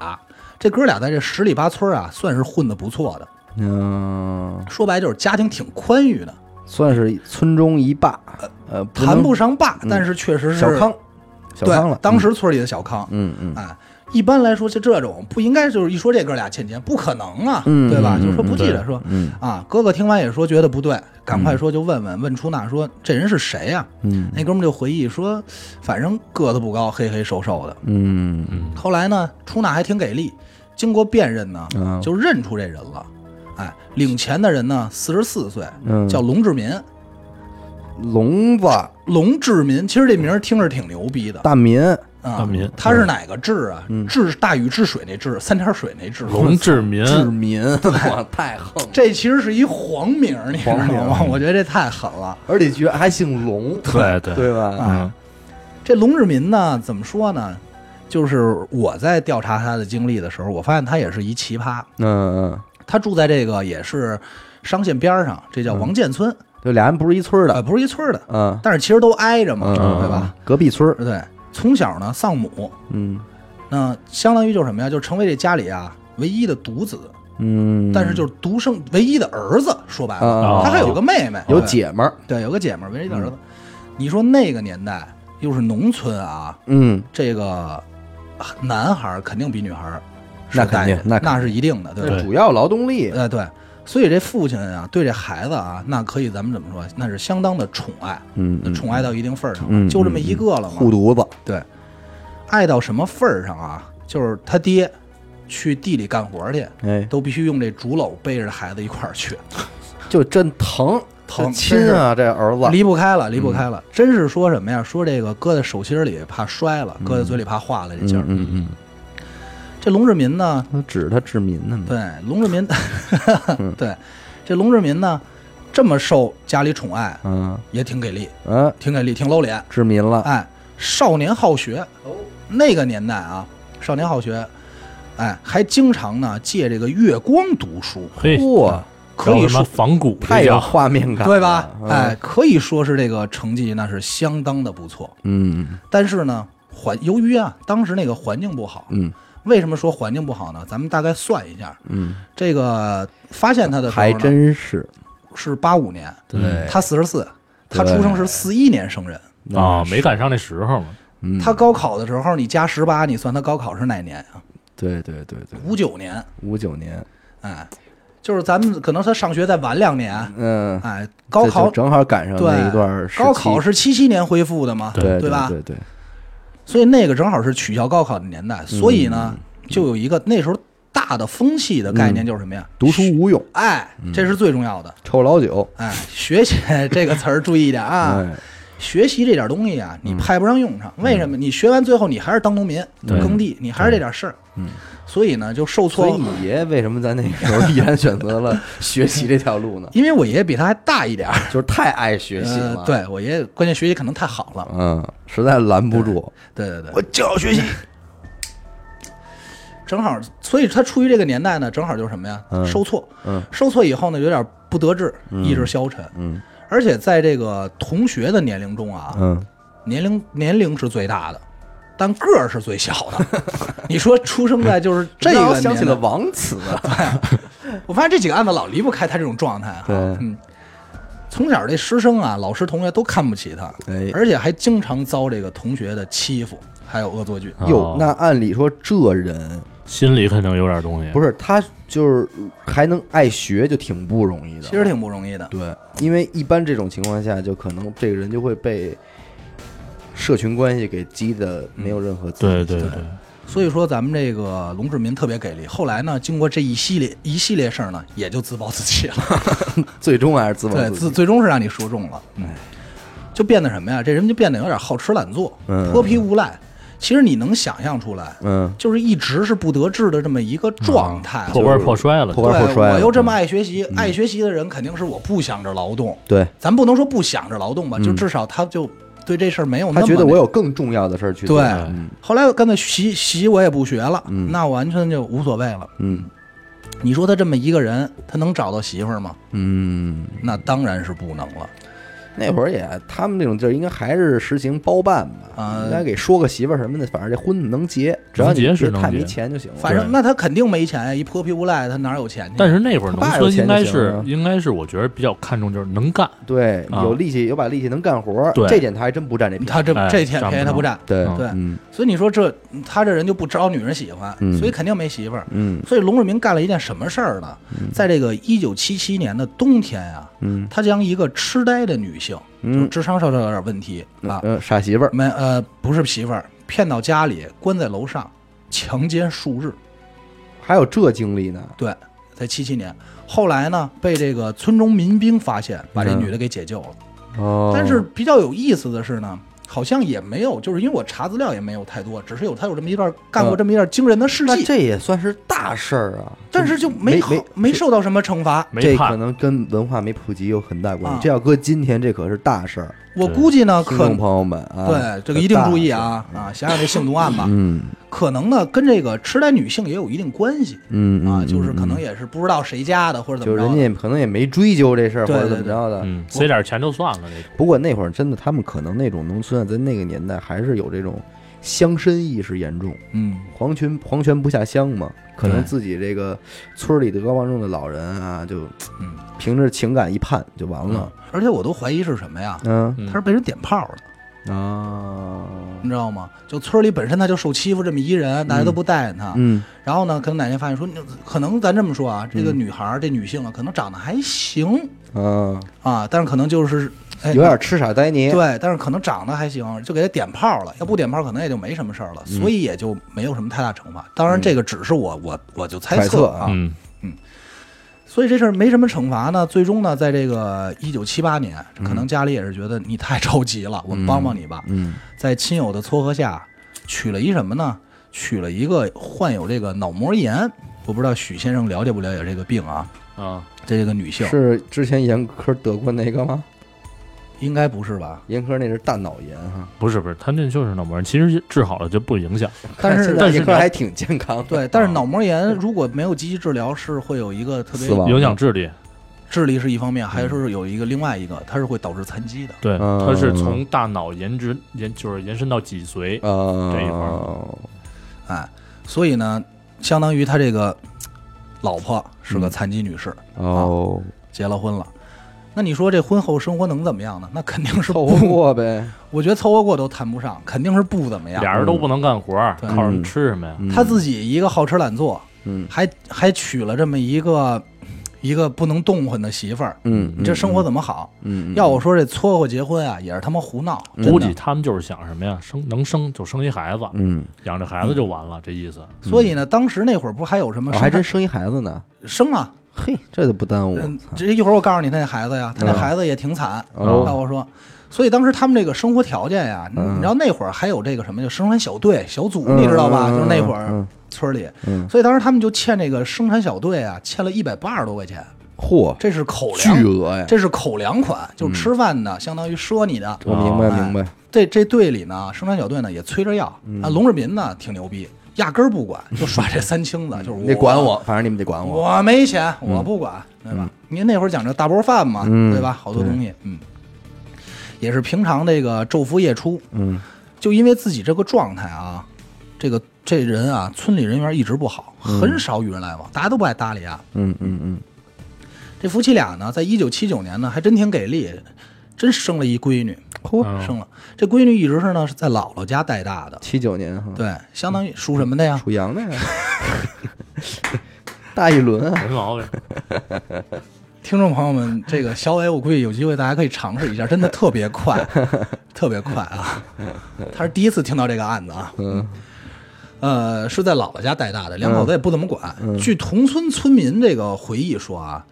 [SPEAKER 1] 这哥俩在这十里八村啊，算是混得不错的。
[SPEAKER 2] 嗯，
[SPEAKER 1] 说白就是家庭挺宽裕的，
[SPEAKER 2] 算是村中一霸，呃，
[SPEAKER 1] 谈
[SPEAKER 2] 能
[SPEAKER 1] 不上霸，但是确实是
[SPEAKER 2] 嗯小康，小
[SPEAKER 1] 对
[SPEAKER 2] 康了。
[SPEAKER 1] 当时村里的小康。
[SPEAKER 2] 嗯嗯
[SPEAKER 1] 哎，一般来说就这种不应该就是一说这哥俩欠钱，不可能啊，
[SPEAKER 2] 嗯
[SPEAKER 1] 对吧？
[SPEAKER 2] 嗯
[SPEAKER 1] 就说不记得
[SPEAKER 3] 对
[SPEAKER 1] 说。
[SPEAKER 2] 嗯
[SPEAKER 1] 啊，哥哥听完也说觉得不对，赶快说就问问、问出纳说这人是谁呀、
[SPEAKER 2] 嗯
[SPEAKER 1] 那哥们儿就回忆说，反正个子不高，黑黑瘦瘦的。
[SPEAKER 2] 嗯嗯
[SPEAKER 1] 后来呢，出纳还挺给力，经过辨认呢，
[SPEAKER 2] 啊
[SPEAKER 1] 就认出这人了。哎，领钱的人呢，四十四岁，
[SPEAKER 2] 嗯，
[SPEAKER 1] 叫龙志民。
[SPEAKER 3] 嗯
[SPEAKER 2] 聋子
[SPEAKER 1] 龙志民，其实这名儿听着挺牛逼的
[SPEAKER 2] 大民，
[SPEAKER 1] 啊
[SPEAKER 3] 大民。
[SPEAKER 1] 他是哪个志啊？
[SPEAKER 2] 嗯
[SPEAKER 1] 治大禹治水那治，三点水那治。
[SPEAKER 3] 龙志民，
[SPEAKER 2] 志民，哇，太横了，
[SPEAKER 1] 这其实是一黄名儿，你知道
[SPEAKER 2] 黄名
[SPEAKER 1] 吗
[SPEAKER 2] 儿？
[SPEAKER 1] 我觉得这太狠了。啊
[SPEAKER 2] 而且居然还姓龙，
[SPEAKER 3] 对对
[SPEAKER 2] 对吧？
[SPEAKER 3] 嗯
[SPEAKER 1] 这龙志民呢，怎么说呢？就是我在调查他的经历的时候，我发现他也是一奇葩。
[SPEAKER 2] 嗯嗯，
[SPEAKER 1] 他住在这个也是商县边儿上，这叫王建村，
[SPEAKER 2] 就俩人不是一村儿
[SPEAKER 1] 呃，
[SPEAKER 2] 的，
[SPEAKER 1] 不是一村儿的，
[SPEAKER 2] 嗯
[SPEAKER 1] 但是其实都挨着嘛，
[SPEAKER 2] 嗯，嗯
[SPEAKER 1] 对吧？？
[SPEAKER 2] 嗯隔壁村儿，
[SPEAKER 1] 对，从小呢丧母，
[SPEAKER 2] 嗯
[SPEAKER 1] 那相当于就是什么呀？就成为这家里啊唯一的独子，
[SPEAKER 2] 嗯，
[SPEAKER 1] 但是就是独生唯一的儿子。说白了，
[SPEAKER 2] 啊
[SPEAKER 1] 他还有个妹妹，
[SPEAKER 2] 有
[SPEAKER 1] 对
[SPEAKER 2] 姐们儿，
[SPEAKER 1] 对，有个姐们儿，唯一的儿子。你说那个年代又是农村啊，
[SPEAKER 2] 嗯，
[SPEAKER 1] 这个男孩儿肯定比女孩儿是
[SPEAKER 2] 那肯定
[SPEAKER 1] 待遇
[SPEAKER 2] 那
[SPEAKER 1] 那
[SPEAKER 2] 肯定
[SPEAKER 1] 是一定的，对吧？
[SPEAKER 2] 那主要劳动力，
[SPEAKER 1] 呃，对，所以这父亲啊，对这孩子啊，那可以咱们怎么说？那是相当的宠爱，
[SPEAKER 2] 嗯，嗯
[SPEAKER 1] 宠爱到一定份儿上了，
[SPEAKER 2] 嗯
[SPEAKER 1] 就这么一个了嘛。
[SPEAKER 2] 护犊子，
[SPEAKER 1] 对，爱到什么份儿上啊？就是他爹去地里干活去，
[SPEAKER 2] 哎，
[SPEAKER 1] 都必须用这竹篓背着孩子一块儿去。
[SPEAKER 2] 就真疼，
[SPEAKER 1] 疼，
[SPEAKER 2] 亲
[SPEAKER 1] 真是
[SPEAKER 2] 啊，这儿子，
[SPEAKER 1] 离不开了，离不开了。
[SPEAKER 2] 嗯
[SPEAKER 1] 真是说什么呀？说这个搁在手心里怕摔了，搁在嘴里怕化了这劲儿。
[SPEAKER 2] 嗯嗯嗯，
[SPEAKER 1] 这龙志民呢，
[SPEAKER 2] 他指着他治民呢嘛，
[SPEAKER 1] 对龙志民，
[SPEAKER 2] 嗯
[SPEAKER 1] 对这龙志民呢，这么受家里宠爱，
[SPEAKER 2] 嗯啊
[SPEAKER 1] 也挺给力，
[SPEAKER 2] 嗯，
[SPEAKER 1] 挺给力，挺露脸。
[SPEAKER 2] 治民了，
[SPEAKER 1] 哎，少年好学，
[SPEAKER 2] 哦
[SPEAKER 1] 那个年代啊，少年好学，哎，还经常呢借这个月光读书，
[SPEAKER 3] 嘿，
[SPEAKER 2] 嚯，
[SPEAKER 1] 可以
[SPEAKER 3] 叫什
[SPEAKER 1] 说
[SPEAKER 3] 么仿古，
[SPEAKER 2] 太有
[SPEAKER 3] 呀，
[SPEAKER 2] 画面感了，
[SPEAKER 1] 对吧？
[SPEAKER 2] 嗯
[SPEAKER 1] 哎，，可以说是这个成绩那是相当的不错。
[SPEAKER 2] 嗯
[SPEAKER 1] 但是呢，环由于啊当时那个环境不好，
[SPEAKER 2] 嗯
[SPEAKER 1] 为什么说环境不好呢？咱们大概算一下，
[SPEAKER 2] 嗯，
[SPEAKER 1] 这个发现他的时候
[SPEAKER 2] 还
[SPEAKER 1] 呢
[SPEAKER 2] 真是，
[SPEAKER 1] 是八五年，
[SPEAKER 2] 对
[SPEAKER 1] 他四十四，他
[SPEAKER 2] 对
[SPEAKER 1] 出生是四一年生人，
[SPEAKER 3] 啊，没赶上那时候嘛，
[SPEAKER 2] 嗯
[SPEAKER 1] 他高考的时候你加十八，你算他高考是哪年啊？
[SPEAKER 2] 对对对对，
[SPEAKER 1] 五九年，
[SPEAKER 2] 五九年，
[SPEAKER 1] 哎，就是咱们可能他上学再晚两年，
[SPEAKER 2] 嗯，
[SPEAKER 1] 哎，高
[SPEAKER 2] 这就
[SPEAKER 1] 考
[SPEAKER 2] 正好赶上那一段儿
[SPEAKER 1] 对，
[SPEAKER 2] 时期
[SPEAKER 1] 高考是七七年恢复的嘛，
[SPEAKER 2] 对
[SPEAKER 1] 对吧
[SPEAKER 2] 对对，
[SPEAKER 1] 所以那个正好是取消高考的年代，
[SPEAKER 2] 嗯
[SPEAKER 1] 所以呢，就有一个那时候大的风气的概念就是什么呀？
[SPEAKER 2] 嗯读书嗯无用，
[SPEAKER 1] 哎，这是最重要的。
[SPEAKER 2] 臭老九，
[SPEAKER 1] 哎，学习 这个词儿注意一点啊！
[SPEAKER 2] 哎，嗯
[SPEAKER 1] 学习这点东西啊，你派不上用场。为什么？你学完最后你还是当农民、
[SPEAKER 3] 对
[SPEAKER 1] 耕地，你还是这点事儿。嗯，所以呢，就受
[SPEAKER 2] 所以
[SPEAKER 1] 挫。
[SPEAKER 2] 你爷爷为什么在那个时候 毅然选择了学习这条路呢？
[SPEAKER 1] 因为我爷爷比他还大一点儿，
[SPEAKER 2] 就是太爱学习
[SPEAKER 1] 呃
[SPEAKER 2] 了，，
[SPEAKER 1] 对我爷爷关键学习可能太好了。
[SPEAKER 2] 嗯，实在拦不住，
[SPEAKER 1] 对对对，
[SPEAKER 2] 我就要学习，
[SPEAKER 1] 正好，所以他处于这个年代呢，正好就是什么呀？受挫，
[SPEAKER 2] 嗯
[SPEAKER 1] 受挫以后呢，有点不得志，意志消沉，
[SPEAKER 2] 嗯
[SPEAKER 1] 而且在这个同学的年龄中啊，
[SPEAKER 2] 嗯，
[SPEAKER 1] 年龄年龄是最大的，但个儿是最小的。 你说出生在就是这
[SPEAKER 2] 让
[SPEAKER 1] 个
[SPEAKER 2] 我
[SPEAKER 1] 年
[SPEAKER 2] 想起了
[SPEAKER 1] 代，
[SPEAKER 2] 王慈，啊
[SPEAKER 1] 我发现这几个案子老离不开他这种状态啊。
[SPEAKER 2] 对
[SPEAKER 1] 嗯，从小这师生啊，老师同学都看不起他，
[SPEAKER 2] 哎
[SPEAKER 1] 而且还经常遭这个同学的欺负，还有恶作剧。
[SPEAKER 2] 哟
[SPEAKER 3] 哦，
[SPEAKER 2] 哎那按理说这人
[SPEAKER 3] 心里肯定有点东西，
[SPEAKER 2] 不
[SPEAKER 3] 是
[SPEAKER 2] 是他，就是还能爱学就挺不容易的，
[SPEAKER 1] 其实挺不容易的，
[SPEAKER 2] 对，因为一般这种情况下，就可能这个人就会被社群关系给激的没有任何自
[SPEAKER 3] 对
[SPEAKER 2] 制
[SPEAKER 3] 对
[SPEAKER 2] 力
[SPEAKER 3] 对，
[SPEAKER 1] 所以说咱们这个龙志民特别给力。后来呢，经过这一系列一系列事儿呢，也就自暴自弃了。
[SPEAKER 2] 最终还是自暴
[SPEAKER 1] 对，
[SPEAKER 2] 自
[SPEAKER 1] 最
[SPEAKER 2] 弃。
[SPEAKER 1] 最终是让你说中了，
[SPEAKER 2] 哎
[SPEAKER 1] 嗯，就变得什么呀？这人就变得有点好吃懒做，
[SPEAKER 2] 嗯
[SPEAKER 1] 泼皮无赖。其实你能想象出来，
[SPEAKER 2] 嗯，
[SPEAKER 1] 就是一直是不得志的这么一个状态。
[SPEAKER 3] 破罐破摔了，
[SPEAKER 2] 破罐
[SPEAKER 1] 对，
[SPEAKER 2] 破摔嗯
[SPEAKER 1] 我又这么爱学习，爱学习的人肯定是我不想着劳动。
[SPEAKER 2] 对，嗯
[SPEAKER 1] 咱不能说不想着劳动吧，就至少他就对这事儿没有那
[SPEAKER 2] 他
[SPEAKER 1] 么
[SPEAKER 2] 觉得
[SPEAKER 1] 那
[SPEAKER 2] 我有更重要的事儿去做。
[SPEAKER 1] 对
[SPEAKER 2] 嗯
[SPEAKER 1] 后来我干脆习习我也不学了，那完全就无所谓了。
[SPEAKER 2] 嗯
[SPEAKER 1] 你说他这么一个人，他能找到媳妇儿吗？
[SPEAKER 2] 嗯，
[SPEAKER 1] 那当然是不能了。
[SPEAKER 2] 那会儿也，他们那种地儿应该还是实行包办吧，
[SPEAKER 1] 啊
[SPEAKER 2] 应该给说个媳妇儿什么的，反正这婚能结，只要你
[SPEAKER 3] 结
[SPEAKER 2] 别
[SPEAKER 3] 是能
[SPEAKER 2] 太没
[SPEAKER 3] 结
[SPEAKER 2] 钱就行了。
[SPEAKER 1] 反正那他肯定没钱呀，一泼皮无赖，他哪有钱去？
[SPEAKER 3] 但是那会儿农
[SPEAKER 2] 他爸有
[SPEAKER 3] 村
[SPEAKER 2] 钱
[SPEAKER 3] 应
[SPEAKER 2] 就
[SPEAKER 3] 该
[SPEAKER 2] 行
[SPEAKER 3] 是
[SPEAKER 2] 啊
[SPEAKER 3] 应该是我觉得比较看重就是能干，
[SPEAKER 2] 对，
[SPEAKER 3] 啊
[SPEAKER 2] 有力气，有把力气能干活儿，
[SPEAKER 3] 对
[SPEAKER 2] 这点他还真不占这便宜。
[SPEAKER 1] 他这
[SPEAKER 3] 哎
[SPEAKER 1] 这天
[SPEAKER 3] 占不
[SPEAKER 1] 便宜他不
[SPEAKER 3] 上
[SPEAKER 1] 占，
[SPEAKER 2] 对
[SPEAKER 1] 对
[SPEAKER 2] 嗯
[SPEAKER 1] 所以你说这他这人就不招女人喜欢，
[SPEAKER 2] 嗯
[SPEAKER 1] 所以肯定没媳妇儿。
[SPEAKER 2] 嗯
[SPEAKER 1] 所以龙志明干了一件什么事儿呢？在这个一九七七年的冬天呀、
[SPEAKER 2] 嗯
[SPEAKER 1] 他将一个痴呆的女性，就
[SPEAKER 2] 嗯
[SPEAKER 1] 智商稍稍有点问题啊，
[SPEAKER 2] 嗯，傻媳妇儿，
[SPEAKER 1] 没呃不是媳妇儿，骗到家里，关在楼上，强奸数日。
[SPEAKER 2] 还有这经历呢。
[SPEAKER 1] 对，在七七年，后来呢被这个村中民兵发现，把这
[SPEAKER 2] 嗯
[SPEAKER 1] 女的给解救了。
[SPEAKER 2] 哦，
[SPEAKER 1] 但是比较有意思的是呢，好像也没有，就是因为我查资料也没有太多，只是有他有这么一段干过
[SPEAKER 2] 嗯
[SPEAKER 1] 这么一段惊人的事
[SPEAKER 2] 那
[SPEAKER 1] 迹，
[SPEAKER 2] 这也算是大事儿啊！
[SPEAKER 1] 但是就
[SPEAKER 2] 没
[SPEAKER 1] 没好
[SPEAKER 2] 没
[SPEAKER 1] 没受到什么惩罚。
[SPEAKER 3] 没
[SPEAKER 2] 这可
[SPEAKER 3] 判，
[SPEAKER 2] 能跟文化没普及有很大关系。
[SPEAKER 1] 啊
[SPEAKER 2] 这要搁今天，这可是大事儿，
[SPEAKER 1] 我估计呢，
[SPEAKER 2] 听
[SPEAKER 1] 可
[SPEAKER 2] 众朋友们啊，
[SPEAKER 1] 对这个
[SPEAKER 2] 可
[SPEAKER 1] 一定
[SPEAKER 2] 大
[SPEAKER 1] 注意
[SPEAKER 2] 事儿！
[SPEAKER 1] 啊啊！想想这性毒案吧，
[SPEAKER 2] 嗯
[SPEAKER 1] 可能呢跟这个痴呆女性也有一定关系
[SPEAKER 2] 嗯
[SPEAKER 1] 啊，
[SPEAKER 2] 嗯
[SPEAKER 1] 就是可能
[SPEAKER 2] 嗯
[SPEAKER 1] 也是不知道谁家的或者怎
[SPEAKER 2] 就
[SPEAKER 1] 么
[SPEAKER 2] 是人
[SPEAKER 1] 着
[SPEAKER 2] 家
[SPEAKER 1] 的。
[SPEAKER 2] 也可能也没追究这事儿或
[SPEAKER 1] 对
[SPEAKER 2] 者
[SPEAKER 1] 对
[SPEAKER 2] 怎么着的。
[SPEAKER 3] 嗯，塞点钱就算了那种，
[SPEAKER 2] 不过那会儿真的，他们可能那种农村啊，在那个年代还是有这种乡绅意识严重，
[SPEAKER 1] 嗯，
[SPEAKER 2] 皇权皇权不下乡嘛，可能
[SPEAKER 3] 对
[SPEAKER 2] 自己这个村里德高望重的老人啊，就
[SPEAKER 1] 嗯
[SPEAKER 2] 凭着情感一判就完了。
[SPEAKER 1] 而且我都怀疑是什么呀？
[SPEAKER 2] 嗯
[SPEAKER 3] 嗯
[SPEAKER 1] 他是被人点炮的，
[SPEAKER 2] 啊，
[SPEAKER 1] 你知道吗？就村里本身他就受欺负这么一人，大家都不待见他，
[SPEAKER 2] 嗯
[SPEAKER 1] 然后呢，可能哪天发现说，那可能咱这么说啊，这个女孩儿、这女性啊，可能长得还行
[SPEAKER 2] 啊，
[SPEAKER 1] 啊，但是可能就是哎
[SPEAKER 2] 有点吃傻呆泥。
[SPEAKER 1] 对，但是可能长得还行，就给她点炮了。要不点炮，可能也就没什么事儿了，
[SPEAKER 2] 嗯
[SPEAKER 1] 所以也就没有什么太大惩罚。当然，这个只是我我我就猜
[SPEAKER 2] 揣测啊
[SPEAKER 1] 啊。
[SPEAKER 3] 嗯，
[SPEAKER 1] 所以这事儿没什么惩罚呢。最终呢，在这个一九七八年，可能家里也是觉得你太着急了，我们帮帮你吧。
[SPEAKER 2] 嗯，
[SPEAKER 1] 在亲友的撮合下，娶了一什么呢？娶了一个患有这个脑膜炎。我不知道许先生了解不了解这个病啊？
[SPEAKER 3] 啊，
[SPEAKER 1] 这个女性
[SPEAKER 2] 是之前严科得过那个吗？
[SPEAKER 1] 应该不是吧？
[SPEAKER 2] 严科那是大脑炎哈，
[SPEAKER 3] 不是不是，他那就是脑膜炎，其实治好了就不影响。
[SPEAKER 1] 但是
[SPEAKER 2] 现在啊
[SPEAKER 3] 但是
[SPEAKER 2] 严科还挺健康 的。
[SPEAKER 1] 对，但是脑膜炎如果没有积极治疗，是会有一个特别
[SPEAKER 2] 死亡
[SPEAKER 3] 影响智力，
[SPEAKER 1] 智力是一方面，还是有一个另外一个，它是会导致残疾的。
[SPEAKER 3] 对，
[SPEAKER 2] 嗯
[SPEAKER 3] 它是从大脑延直延就是延伸到脊髓，
[SPEAKER 2] 呃，
[SPEAKER 3] 这一块
[SPEAKER 1] 哎，所以呢，相当于他这个老婆是
[SPEAKER 2] 嗯
[SPEAKER 1] 个残疾女士，
[SPEAKER 2] 哦，
[SPEAKER 1] 结了婚了。那你说这婚后生活能怎么样呢？那肯定是
[SPEAKER 2] 凑
[SPEAKER 1] 不
[SPEAKER 2] 合，过呗。
[SPEAKER 1] 我觉得凑合过都谈不上，肯定是不怎么样。
[SPEAKER 3] 俩人都不能干活，
[SPEAKER 1] 对
[SPEAKER 3] 靠什么吃什么呀？
[SPEAKER 2] 嗯
[SPEAKER 1] 他自己一个好吃懒做，
[SPEAKER 2] 嗯
[SPEAKER 1] 还还娶了这么一个一个不能动弹的媳妇儿，
[SPEAKER 2] 嗯，
[SPEAKER 1] 你这生活怎么好？
[SPEAKER 2] 嗯嗯
[SPEAKER 1] 要我说这撮合结婚啊，也是他妈胡闹，真的
[SPEAKER 3] 估计他们就是想什么呀，生能生就生一孩子，
[SPEAKER 2] 嗯，
[SPEAKER 3] 养着孩子就完了，这 意思。
[SPEAKER 1] 所以呢，当时那会儿不还有什么
[SPEAKER 2] 我
[SPEAKER 1] 生
[SPEAKER 2] 嗯哦还
[SPEAKER 1] 孩
[SPEAKER 2] 真生一孩子呢，
[SPEAKER 1] 生啊？
[SPEAKER 2] 嘿，这都不耽误。
[SPEAKER 1] 嗯，这一会儿我告诉你他那孩子呀，他那
[SPEAKER 2] 嗯
[SPEAKER 1] 孩子也挺惨。
[SPEAKER 2] 哦
[SPEAKER 1] 那我说，所以当时他们这个生活条件呀，你
[SPEAKER 2] 嗯
[SPEAKER 1] 你知道那会儿还有这个什么，就生产小队、小组，
[SPEAKER 2] 嗯
[SPEAKER 1] 你知道吧？
[SPEAKER 2] 嗯
[SPEAKER 1] 就是那会儿
[SPEAKER 2] 嗯
[SPEAKER 1] 村里，
[SPEAKER 2] 嗯，
[SPEAKER 1] 所以当时他们就欠这个生产小队啊，欠了一百八十多块钱，
[SPEAKER 2] 嚯，
[SPEAKER 1] 这是口
[SPEAKER 2] 巨
[SPEAKER 1] 粮，
[SPEAKER 2] 额呀！
[SPEAKER 1] 这是口粮
[SPEAKER 2] 嗯
[SPEAKER 1] 款，就是吃饭的，相当于赊你的。
[SPEAKER 2] 我哦明白明白，
[SPEAKER 1] 这这队里呢，生产小队呢也催着要
[SPEAKER 2] 嗯
[SPEAKER 1] 啊，龙志民呢挺牛逼，压根儿不管，就耍这三清子，就是
[SPEAKER 2] 嗯你得管我，反正你们得管我。
[SPEAKER 1] 我没钱，我不管，对吧？您那会儿讲究大锅饭嘛，
[SPEAKER 2] 嗯
[SPEAKER 1] 对吧？好多东西，嗯，也是平常这个昼伏夜出，
[SPEAKER 2] 嗯，
[SPEAKER 1] 就因为自己这个状态啊，这个这人啊，村里人缘一直不好，很少与人来往，大家都不爱搭理啊。
[SPEAKER 2] 嗯嗯嗯，
[SPEAKER 1] 这夫妻俩呢，在一九七九年呢，还真挺给力，真生了一闺女，
[SPEAKER 2] 嚯
[SPEAKER 3] 嗯
[SPEAKER 1] 生了这闺女一直是呢是在姥姥家带大的，
[SPEAKER 2] 七九年哈，
[SPEAKER 1] 对，相当于属什么的呀？
[SPEAKER 2] 属羊的呀， 大一轮 啊，
[SPEAKER 3] 没毛病，
[SPEAKER 1] 听众朋友们，这个小伟，我估计有机会大家可以尝试一下，真的特别 快，特别快啊！他是第一次听到这个案子啊，
[SPEAKER 2] 嗯，
[SPEAKER 1] 呃，是在姥姥家带大的，两口子也不怎么管。
[SPEAKER 2] 嗯
[SPEAKER 1] 据同村村民这个回忆说啊，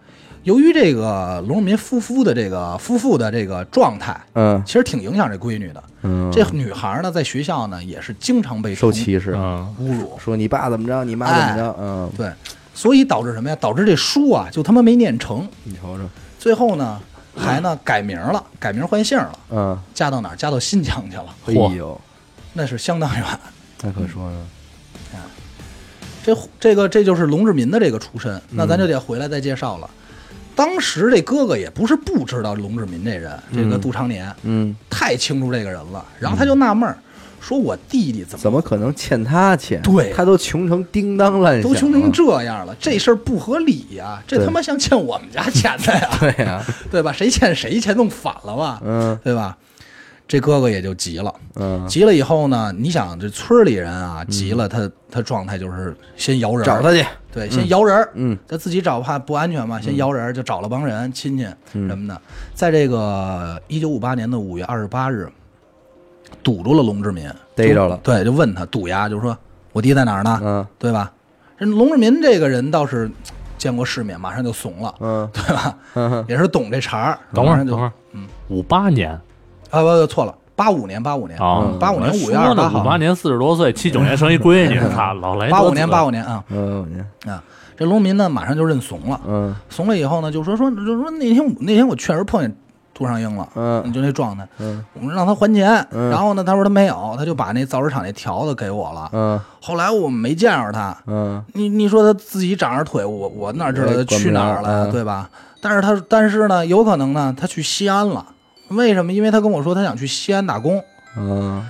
[SPEAKER 1] 由于这个龙民夫妇的这个夫妇的这个状态，
[SPEAKER 2] 嗯
[SPEAKER 1] 其实挺影响这闺女的。
[SPEAKER 2] 嗯，
[SPEAKER 1] 这女孩呢，在学校呢也是经常被同
[SPEAKER 2] 受歧视，
[SPEAKER 3] 嗯，
[SPEAKER 1] 侮辱，
[SPEAKER 2] 说你爸怎么着，你妈怎么着，嗯，
[SPEAKER 1] 对，所以导致什么呀？导致这书啊，就他妈没念成，
[SPEAKER 2] 你瞅瞅，
[SPEAKER 1] 最后呢，还呢改名了，改名换姓了。
[SPEAKER 2] 嗯，
[SPEAKER 1] 嫁到哪儿？嫁到新疆去了，
[SPEAKER 2] 哎
[SPEAKER 3] 嚯
[SPEAKER 2] 呦，
[SPEAKER 1] 那是相当远。
[SPEAKER 2] 那可说呢，
[SPEAKER 1] 这这个这就是龙志民的这个出身，那咱就得回来再介绍了。当时这哥哥也不是不知道龙志民这人，这个杜长年
[SPEAKER 2] 嗯，
[SPEAKER 1] 太清楚这个人了，然后他就纳闷儿，说我弟弟怎么
[SPEAKER 2] 怎么可能欠他钱？
[SPEAKER 1] 对
[SPEAKER 2] 他都穷成叮当烂响
[SPEAKER 1] 都
[SPEAKER 2] 了，啊
[SPEAKER 1] 穷成这样了？这事儿不合理呀、这
[SPEAKER 2] 嗯对
[SPEAKER 1] 他妈像欠我们家钱的呀，
[SPEAKER 2] 对呀，
[SPEAKER 1] 对吧？谁欠谁钱弄反了吧，
[SPEAKER 2] 嗯
[SPEAKER 1] 对吧？这哥哥也就急了，
[SPEAKER 2] 嗯，
[SPEAKER 1] 急了以后呢，你想这村里人啊，急了他他状态就是啊先摇人儿，
[SPEAKER 2] 找他去，
[SPEAKER 1] 对，先摇人儿，
[SPEAKER 2] 嗯，
[SPEAKER 1] 他自己找怕不安全嘛，先摇人儿，就找了帮人亲戚
[SPEAKER 2] 嗯
[SPEAKER 1] 什么的，在这个一九五八年的五月二十八日，堵住了龙志民，
[SPEAKER 2] 逮着了
[SPEAKER 1] 就对，就问他堵呀，就说我弟在哪儿呢？
[SPEAKER 2] 嗯
[SPEAKER 1] 对吧？人龙志民这个人倒是见过世面，马上就怂了，
[SPEAKER 2] 嗯
[SPEAKER 1] 对吧？
[SPEAKER 2] 嗯
[SPEAKER 1] 也是懂这茬儿，
[SPEAKER 3] 等会
[SPEAKER 1] 马
[SPEAKER 3] 儿
[SPEAKER 1] 上就嗯
[SPEAKER 3] 等会儿，五八年
[SPEAKER 1] 啊不不错了，八五年八五年
[SPEAKER 3] 啊，
[SPEAKER 2] 嗯
[SPEAKER 1] 八五年五月二十八号
[SPEAKER 3] 五，八年哎四十多岁，七九年生一闺女，操，老来
[SPEAKER 1] 八五年八
[SPEAKER 3] 五
[SPEAKER 1] 五年 啊
[SPEAKER 2] 嗯
[SPEAKER 1] 啊，这龙民呢马上就认怂了，
[SPEAKER 2] 嗯
[SPEAKER 1] 怂了以后呢，就说说就说那天我那天我确实碰见杜尚英了，
[SPEAKER 2] 嗯
[SPEAKER 1] 就那状态，
[SPEAKER 2] 嗯
[SPEAKER 1] 我们让他还钱，
[SPEAKER 2] 嗯
[SPEAKER 1] 然后呢他说他没有，他就把那造纸厂那条子给我了，
[SPEAKER 2] 嗯
[SPEAKER 1] 后来我没见着他。
[SPEAKER 2] 嗯
[SPEAKER 1] 你你说他自己长着腿，我我哪知道他去哪儿
[SPEAKER 2] 我也管不了
[SPEAKER 1] 了，
[SPEAKER 2] 嗯
[SPEAKER 1] 对吧？但是他但是呢，有可能呢，他去西安了。为什么？因为他跟我说他想去西安打工。
[SPEAKER 2] 嗯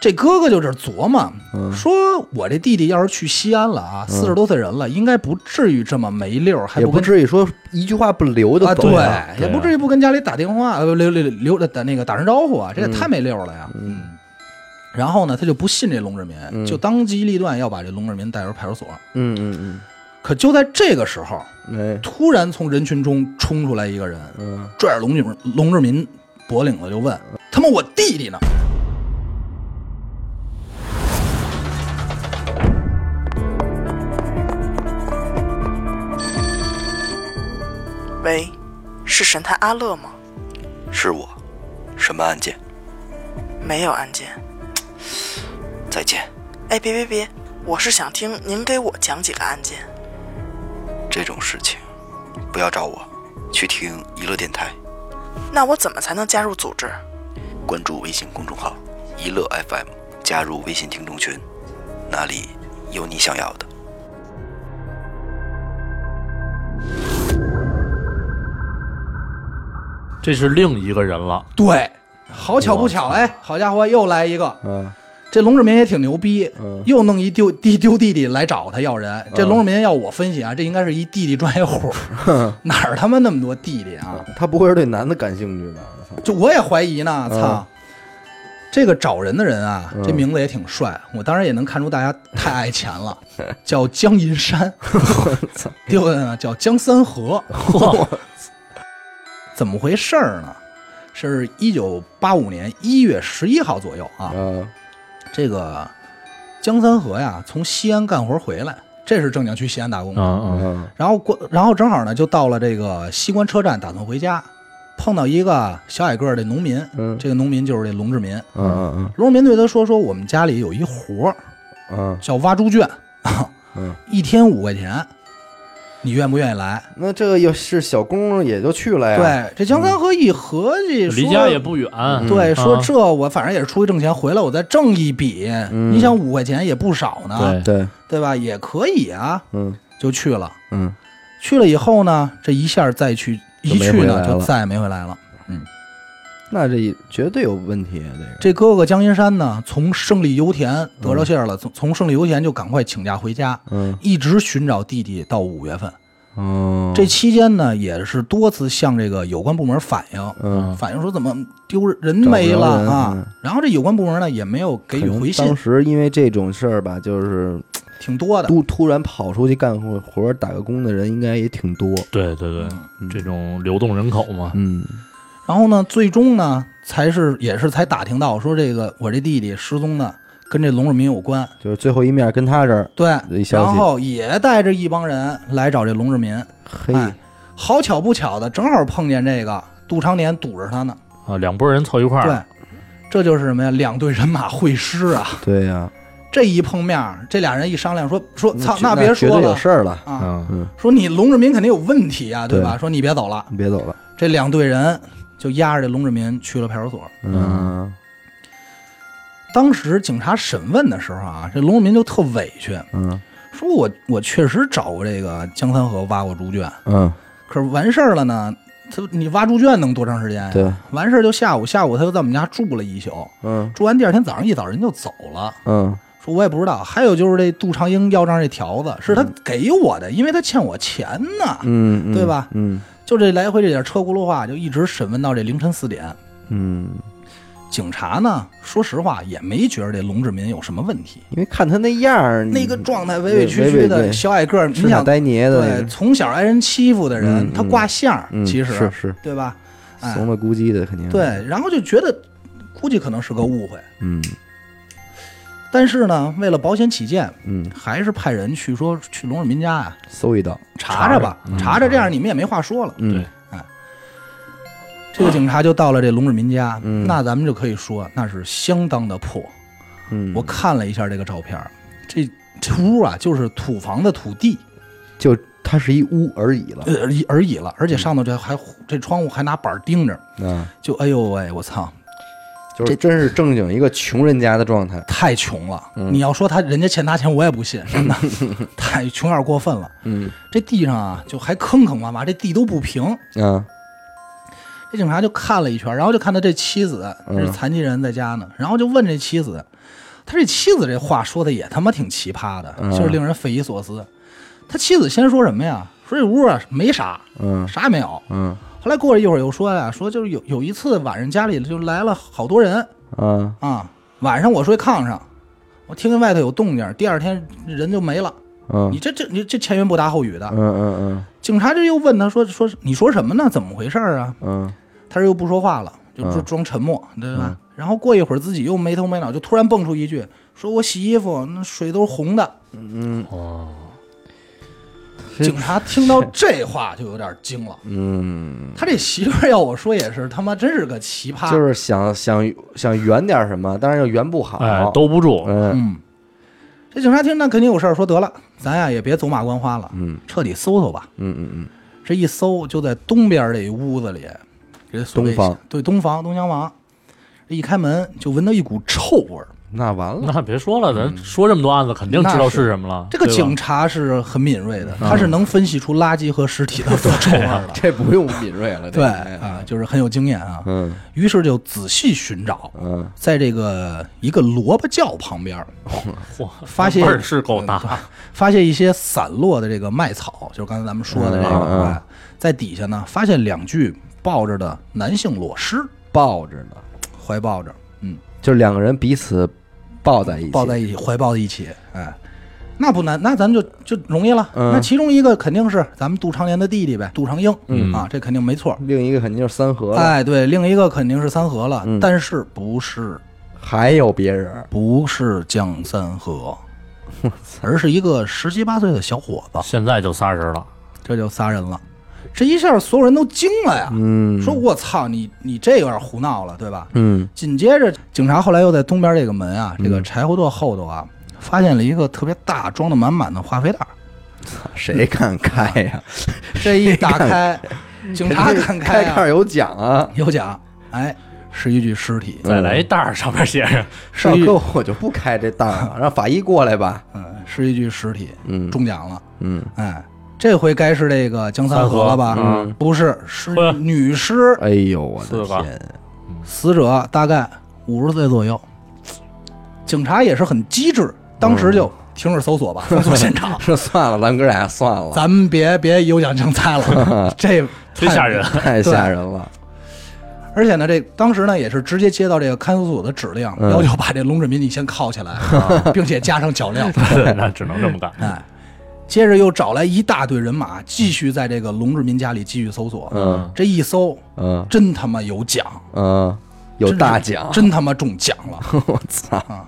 [SPEAKER 1] 这哥哥就这琢磨，
[SPEAKER 2] 嗯
[SPEAKER 1] 说我这弟弟要是去西安了啊，四十多岁人了，应该不至于这么没溜儿，还
[SPEAKER 2] 也
[SPEAKER 1] 不跟
[SPEAKER 2] 不至于说一句话不留就
[SPEAKER 1] 啊，
[SPEAKER 2] 走了。
[SPEAKER 1] 也不至于不跟家里打电话，呃，不留留留打那个打声招呼啊，这也太没溜儿了呀。
[SPEAKER 2] 嗯
[SPEAKER 1] 然后呢，他就不信这龙志民，
[SPEAKER 2] 嗯
[SPEAKER 1] 就当机立断要把这龙志民带回派出所。
[SPEAKER 2] 嗯嗯
[SPEAKER 1] 可就在这个时候，
[SPEAKER 2] 嗯，哎，
[SPEAKER 1] 突然从人群中冲出来一个人，
[SPEAKER 2] 嗯，
[SPEAKER 1] 拽着龙志龙志民脖领子就问：“他妈，我弟弟呢？”
[SPEAKER 4] 喂，是神探阿乐吗？
[SPEAKER 5] 是我，什么案件？
[SPEAKER 4] 没有案件。
[SPEAKER 5] 再见，
[SPEAKER 4] 哎，别别别，我是想听您给我讲几个案件。
[SPEAKER 5] 这种事情不要找我，去听娱乐电台，
[SPEAKER 4] 那我怎么才能加入组织？
[SPEAKER 5] 关注微信公众号“娱乐 FM”，加入微信听众群，那里有你想要的。
[SPEAKER 3] 这是另一个人了，
[SPEAKER 1] 对，好巧不巧，哎，好家伙，又来一个。
[SPEAKER 2] 嗯
[SPEAKER 1] 这龙志民也挺牛逼，
[SPEAKER 2] 嗯
[SPEAKER 1] 又弄一丢弟丢弟弟来找他要人。这龙志民要我分析啊，这应该是一弟弟专业 户，哪儿他妈那么多弟弟啊？
[SPEAKER 2] 他不会是对男的感兴趣吧？我操
[SPEAKER 1] 就我也怀疑呢，
[SPEAKER 2] 嗯
[SPEAKER 1] 操！这个找人的人啊，这名字也挺帅，我当然也能看出大家太爱钱了，叫江银山， 对不对呢？啊叫江三河， 怎么回事儿呢？是一九八五年一月十一号左右啊，
[SPEAKER 2] 嗯
[SPEAKER 1] 这个江三河呀，从西安干活回来，这是正经去西安打工的。
[SPEAKER 3] 嗯嗯，
[SPEAKER 2] 嗯
[SPEAKER 1] 然后过，然后正好呢，就到了这个西关车站，打算回家，碰到一个小矮个儿的农民，
[SPEAKER 2] 嗯
[SPEAKER 1] 这个农民就是这龙志民。
[SPEAKER 2] 嗯嗯
[SPEAKER 1] 龙志民对他说：“说我们家里有一活儿
[SPEAKER 2] 嗯
[SPEAKER 1] 叫挖猪圈，
[SPEAKER 2] 嗯，
[SPEAKER 1] 一天五块钱，你愿不愿意来
[SPEAKER 2] 那这个要是小工也就去哎了？”呀。嗯
[SPEAKER 1] 对，这江三河一合计，
[SPEAKER 3] 离
[SPEAKER 1] 说
[SPEAKER 3] 家也不远，
[SPEAKER 1] 对，
[SPEAKER 3] 嗯
[SPEAKER 1] 说
[SPEAKER 3] 啊
[SPEAKER 1] 这我反正也是出去挣钱，回来我再挣一笔。
[SPEAKER 2] 嗯
[SPEAKER 1] 你想五块钱也不少呢，
[SPEAKER 3] 对
[SPEAKER 2] 对，
[SPEAKER 1] 对吧？也可以啊，
[SPEAKER 2] 嗯
[SPEAKER 1] 就去了。
[SPEAKER 2] 嗯
[SPEAKER 1] 去了以后呢，这一下再去
[SPEAKER 2] 就
[SPEAKER 1] 一
[SPEAKER 2] 没
[SPEAKER 1] 去
[SPEAKER 2] 回来
[SPEAKER 1] 呢，就
[SPEAKER 2] 了
[SPEAKER 1] 再也没回来了。
[SPEAKER 2] 那这绝对有问题啊，这
[SPEAKER 1] 这哥哥江阴山呢，从胜利油田
[SPEAKER 2] 嗯
[SPEAKER 1] 得着信儿了，从从胜利油田就赶快请假回家，
[SPEAKER 2] 个，嗯
[SPEAKER 1] 一直寻找弟弟到五月份。
[SPEAKER 2] 嗯，
[SPEAKER 1] 这期间呢，也是多次向这个有关部门反映，
[SPEAKER 2] 嗯
[SPEAKER 1] 反映说怎么丢人没了
[SPEAKER 2] 找不着人
[SPEAKER 1] 啊
[SPEAKER 2] 嗯。
[SPEAKER 1] 然后这有关部门呢也没有给
[SPEAKER 2] 可
[SPEAKER 1] 予
[SPEAKER 2] 能
[SPEAKER 1] 回信
[SPEAKER 2] 当，时因为这种事儿吧，就是
[SPEAKER 1] 挺多的。
[SPEAKER 2] 突突然跑出去干活活儿打个工的人应该也挺多。
[SPEAKER 3] 对对对，这种流动人口嘛，
[SPEAKER 2] 嗯
[SPEAKER 1] 然后呢，最终呢，才是也是才打听到说这个我这弟弟失踪呢，跟这龙志民有关。，
[SPEAKER 2] 就是最后一面跟他这儿，
[SPEAKER 1] 对
[SPEAKER 2] 一，消
[SPEAKER 1] 然
[SPEAKER 2] 息
[SPEAKER 1] 后也带着一帮人来找这龙志民。
[SPEAKER 2] 嘿，
[SPEAKER 1] 哎，好巧不巧的，正好碰见这个杜长年堵着他呢。
[SPEAKER 3] 啊，两拨人凑一块
[SPEAKER 1] 对
[SPEAKER 3] 儿，，
[SPEAKER 1] 这就是什么呀？两队人马会师啊！
[SPEAKER 2] 对呀、
[SPEAKER 1] 这一碰面儿，这俩人一商量说说，操，
[SPEAKER 2] 那
[SPEAKER 1] 别
[SPEAKER 2] 绝
[SPEAKER 1] 说
[SPEAKER 2] 对有
[SPEAKER 1] 了
[SPEAKER 2] 事儿了，
[SPEAKER 1] 啊！
[SPEAKER 3] 嗯，
[SPEAKER 2] 嗯，
[SPEAKER 1] 说你龙志民肯定有问题啊，对吧？
[SPEAKER 2] 对
[SPEAKER 1] 说你别走了。
[SPEAKER 2] 你别走了，
[SPEAKER 1] 这两队人就押着这龙志民去了派出所。
[SPEAKER 2] 嗯
[SPEAKER 1] 当时警察审问的时候啊，这龙志民就特委屈，
[SPEAKER 2] 嗯
[SPEAKER 1] 说我我确实找过这个江三河挖过猪圈，
[SPEAKER 2] 嗯，
[SPEAKER 1] 可是完事儿了呢，他你挖猪圈能多长时间呀？
[SPEAKER 2] 对，
[SPEAKER 1] 完事儿就下午，下午他就在我们家住了一宿，
[SPEAKER 2] 嗯
[SPEAKER 1] 住完第二天早上一早人就走了。
[SPEAKER 2] 嗯
[SPEAKER 1] 说我也不知道，还有就是这杜长英要账这条子是他给我的，因为他欠我钱呢。
[SPEAKER 2] 嗯，
[SPEAKER 1] 对吧
[SPEAKER 2] 嗯
[SPEAKER 1] 就这来回这点车轱辘话，就一直审问到这凌晨四点。
[SPEAKER 2] 嗯，
[SPEAKER 1] 警察呢，说实话也没觉得这龙志民有什么问题，
[SPEAKER 2] 因为看他那样儿，
[SPEAKER 1] 那个
[SPEAKER 2] 你
[SPEAKER 1] 状态委委屈屈的小矮个儿，你
[SPEAKER 2] 吃傻
[SPEAKER 1] 想
[SPEAKER 2] 呆捏的那
[SPEAKER 1] 对
[SPEAKER 2] 个，
[SPEAKER 1] 从小挨人欺负的人，
[SPEAKER 2] 嗯
[SPEAKER 1] 他挂相儿，
[SPEAKER 2] 嗯，
[SPEAKER 1] 其实
[SPEAKER 2] 是嗯是
[SPEAKER 1] 对吧？哎
[SPEAKER 2] 怂了咕叽的肯定，
[SPEAKER 1] 对，，然后就觉得估计可能是个误会，
[SPEAKER 2] 嗯
[SPEAKER 1] 但是呢，为了保险起见，
[SPEAKER 2] 嗯，
[SPEAKER 1] 还是派人去说去龙志民家啊
[SPEAKER 2] 搜一刀，
[SPEAKER 1] 查查吧，查查，这样你们也没话说了。
[SPEAKER 2] 嗯
[SPEAKER 1] 这个警察就到了这龙志民家，
[SPEAKER 2] 嗯
[SPEAKER 1] 那咱们就可以说那是相当的破。
[SPEAKER 2] 嗯，
[SPEAKER 1] 我看了一下这个照片儿，这这屋啊就是土房的土地，
[SPEAKER 2] 就它是一屋而已了，
[SPEAKER 1] 呃而已了，而且上头这还这窗户还拿板儿钉着，
[SPEAKER 2] 啊，
[SPEAKER 1] 就哎呦喂，我操，
[SPEAKER 2] 就是真是正经一个穷人家的状态，
[SPEAKER 1] 太穷了！
[SPEAKER 2] 嗯
[SPEAKER 1] 你要说他人家欠他钱，我也不信，真的 太穷有点过分了。
[SPEAKER 2] 嗯
[SPEAKER 1] 这地上啊就还坑坑洼洼，这地都不平。
[SPEAKER 2] 啊，
[SPEAKER 1] 这警察就看了一圈，然后就看到这妻子，
[SPEAKER 2] 嗯
[SPEAKER 1] 这残疾人在家呢，然后就问这妻子，他这妻子这话说的也他妈挺奇葩的，
[SPEAKER 2] 嗯
[SPEAKER 1] 就是令人匪夷所思。他妻子先说什么呀？说这屋啊没啥，
[SPEAKER 2] 嗯
[SPEAKER 1] 啥也没有。
[SPEAKER 2] 嗯
[SPEAKER 1] 后来过了一会儿又说呀，说就是有有一次晚上家里就来了好多人
[SPEAKER 2] 啊，
[SPEAKER 1] 啊，晚上我睡炕上，我听见外头有动静，第二天人就没了。
[SPEAKER 2] 嗯
[SPEAKER 1] 你这这你这前言不搭后语的
[SPEAKER 2] 嗯。嗯
[SPEAKER 1] 警察这又问他说说你说什么呢？怎么回事儿啊？
[SPEAKER 2] 嗯
[SPEAKER 1] 他这又不说话了，就装
[SPEAKER 2] 嗯
[SPEAKER 1] 装沉默，对吧？然后过一会儿自己又没头没脑，就突然蹦出一句：“说我洗衣服那水都是红的。
[SPEAKER 2] 嗯，
[SPEAKER 3] 哦，
[SPEAKER 1] 警察听到这话就有点惊了。
[SPEAKER 2] 嗯，
[SPEAKER 1] 他这媳妇儿要我说也是，他妈真是个奇葩。
[SPEAKER 2] 就是想想想圆点什么，但是又圆不啊好，
[SPEAKER 3] 哎，兜不住，
[SPEAKER 2] 嗯
[SPEAKER 1] 嗯，这警察听那肯定有事儿，说得了，咱呀也别走马观花了，嗯，彻底搜搜吧。
[SPEAKER 2] 嗯嗯嗯，
[SPEAKER 1] 这一搜就在东边这一屋子里，这所谓
[SPEAKER 2] 东房
[SPEAKER 1] 对东房东厢房，这一开门就闻到一股臭味儿。
[SPEAKER 2] 那完了，
[SPEAKER 3] 那别说了，
[SPEAKER 2] 嗯
[SPEAKER 3] 咱说这么多案子，肯定知道是什么了。
[SPEAKER 1] 这个
[SPEAKER 3] 对吧嗯
[SPEAKER 1] 警察是很敏锐的，他是能分析出垃圾和尸体的 臭味儿的。
[SPEAKER 2] 这不用敏锐了，这
[SPEAKER 1] 对
[SPEAKER 2] 哎
[SPEAKER 1] 啊，就是很有经验啊。
[SPEAKER 2] 嗯
[SPEAKER 1] 于是就仔细寻找，
[SPEAKER 2] 嗯，
[SPEAKER 1] 在这个一个萝卜窖旁 边儿
[SPEAKER 3] 嚯，
[SPEAKER 1] 发现呃
[SPEAKER 3] 味儿是够
[SPEAKER 2] 嗯
[SPEAKER 3] 大，
[SPEAKER 1] 发现一些散落的这个麦草，就是刚才咱们说的这个，
[SPEAKER 2] 嗯嗯
[SPEAKER 1] 哎在底下呢发现两具抱着的男性裸尸，
[SPEAKER 2] 抱着呢，
[SPEAKER 1] 怀抱着，嗯，
[SPEAKER 2] 就是两个人彼此抱在一起，
[SPEAKER 1] 抱在一起，怀抱在一起，哎。那不难，那咱就就容易了。
[SPEAKER 2] 嗯
[SPEAKER 1] 那其中一个肯定是咱们杜长年的弟弟呗，杜长英、啊，这肯定没错。
[SPEAKER 2] 另一个肯定就是三嗯合了，
[SPEAKER 1] 哎，对，另一个肯定是三河了，
[SPEAKER 2] 嗯
[SPEAKER 1] 但是不是
[SPEAKER 2] 还有别人，
[SPEAKER 1] 不是江三河，而是一个十七八岁的小伙 子，
[SPEAKER 3] 现在就仨人了，
[SPEAKER 1] 这就仨人了。这一下所有人都惊了呀，
[SPEAKER 2] 嗯
[SPEAKER 1] 说我操，你你这有点胡闹了，对吧？
[SPEAKER 2] 嗯
[SPEAKER 1] 紧接着，警察后来又在东边这个门啊，这个柴火垛后头啊，发现了一个特别大、装的满满的化肥袋儿。
[SPEAKER 2] 谁敢开 呀？
[SPEAKER 1] 这一打开，警察敢
[SPEAKER 2] 开
[SPEAKER 1] 开
[SPEAKER 2] 盖
[SPEAKER 1] 啊，
[SPEAKER 2] 有奖啊！
[SPEAKER 1] 有奖，哎，是一具尸体，
[SPEAKER 3] 再来一袋儿，上面写着
[SPEAKER 1] 是
[SPEAKER 2] 上
[SPEAKER 1] 一
[SPEAKER 2] 课我就不开这档了，让法医过来吧。
[SPEAKER 1] 嗯，是一具尸体，
[SPEAKER 2] 嗯
[SPEAKER 1] 中奖了，
[SPEAKER 2] 嗯，
[SPEAKER 1] 哎，这回该是这个江三河了吧？
[SPEAKER 3] 三河嗯
[SPEAKER 1] 不是，是
[SPEAKER 3] 呵
[SPEAKER 1] 女尸，
[SPEAKER 2] 哎呦我
[SPEAKER 3] 四
[SPEAKER 2] 的
[SPEAKER 3] 个
[SPEAKER 2] 天，。
[SPEAKER 1] 死者大概五十岁左右。警察也是很机智，当时就停止搜索吧，封锁现场
[SPEAKER 2] 说算了，咱哥俩算了，
[SPEAKER 1] 咱们别别有奖竞猜 了，这太
[SPEAKER 3] 忒吓人。
[SPEAKER 2] 太吓人了。
[SPEAKER 1] 而且呢，这当时呢也是直接接到这个看守所的指令，
[SPEAKER 2] 嗯啊
[SPEAKER 1] 要求把这龙志民你先铐 起来，并且加上脚镣。
[SPEAKER 3] 对 那只能这么干。
[SPEAKER 2] 嗯
[SPEAKER 1] 哎，接着又找来一大队人马，继续在这个龙志民家里继续搜索。
[SPEAKER 2] 嗯
[SPEAKER 1] 这一搜，
[SPEAKER 2] 嗯
[SPEAKER 1] 真他妈有奖，
[SPEAKER 2] 嗯，有
[SPEAKER 1] 真是
[SPEAKER 2] 大奖，
[SPEAKER 1] 真他妈中奖了。
[SPEAKER 2] 我操！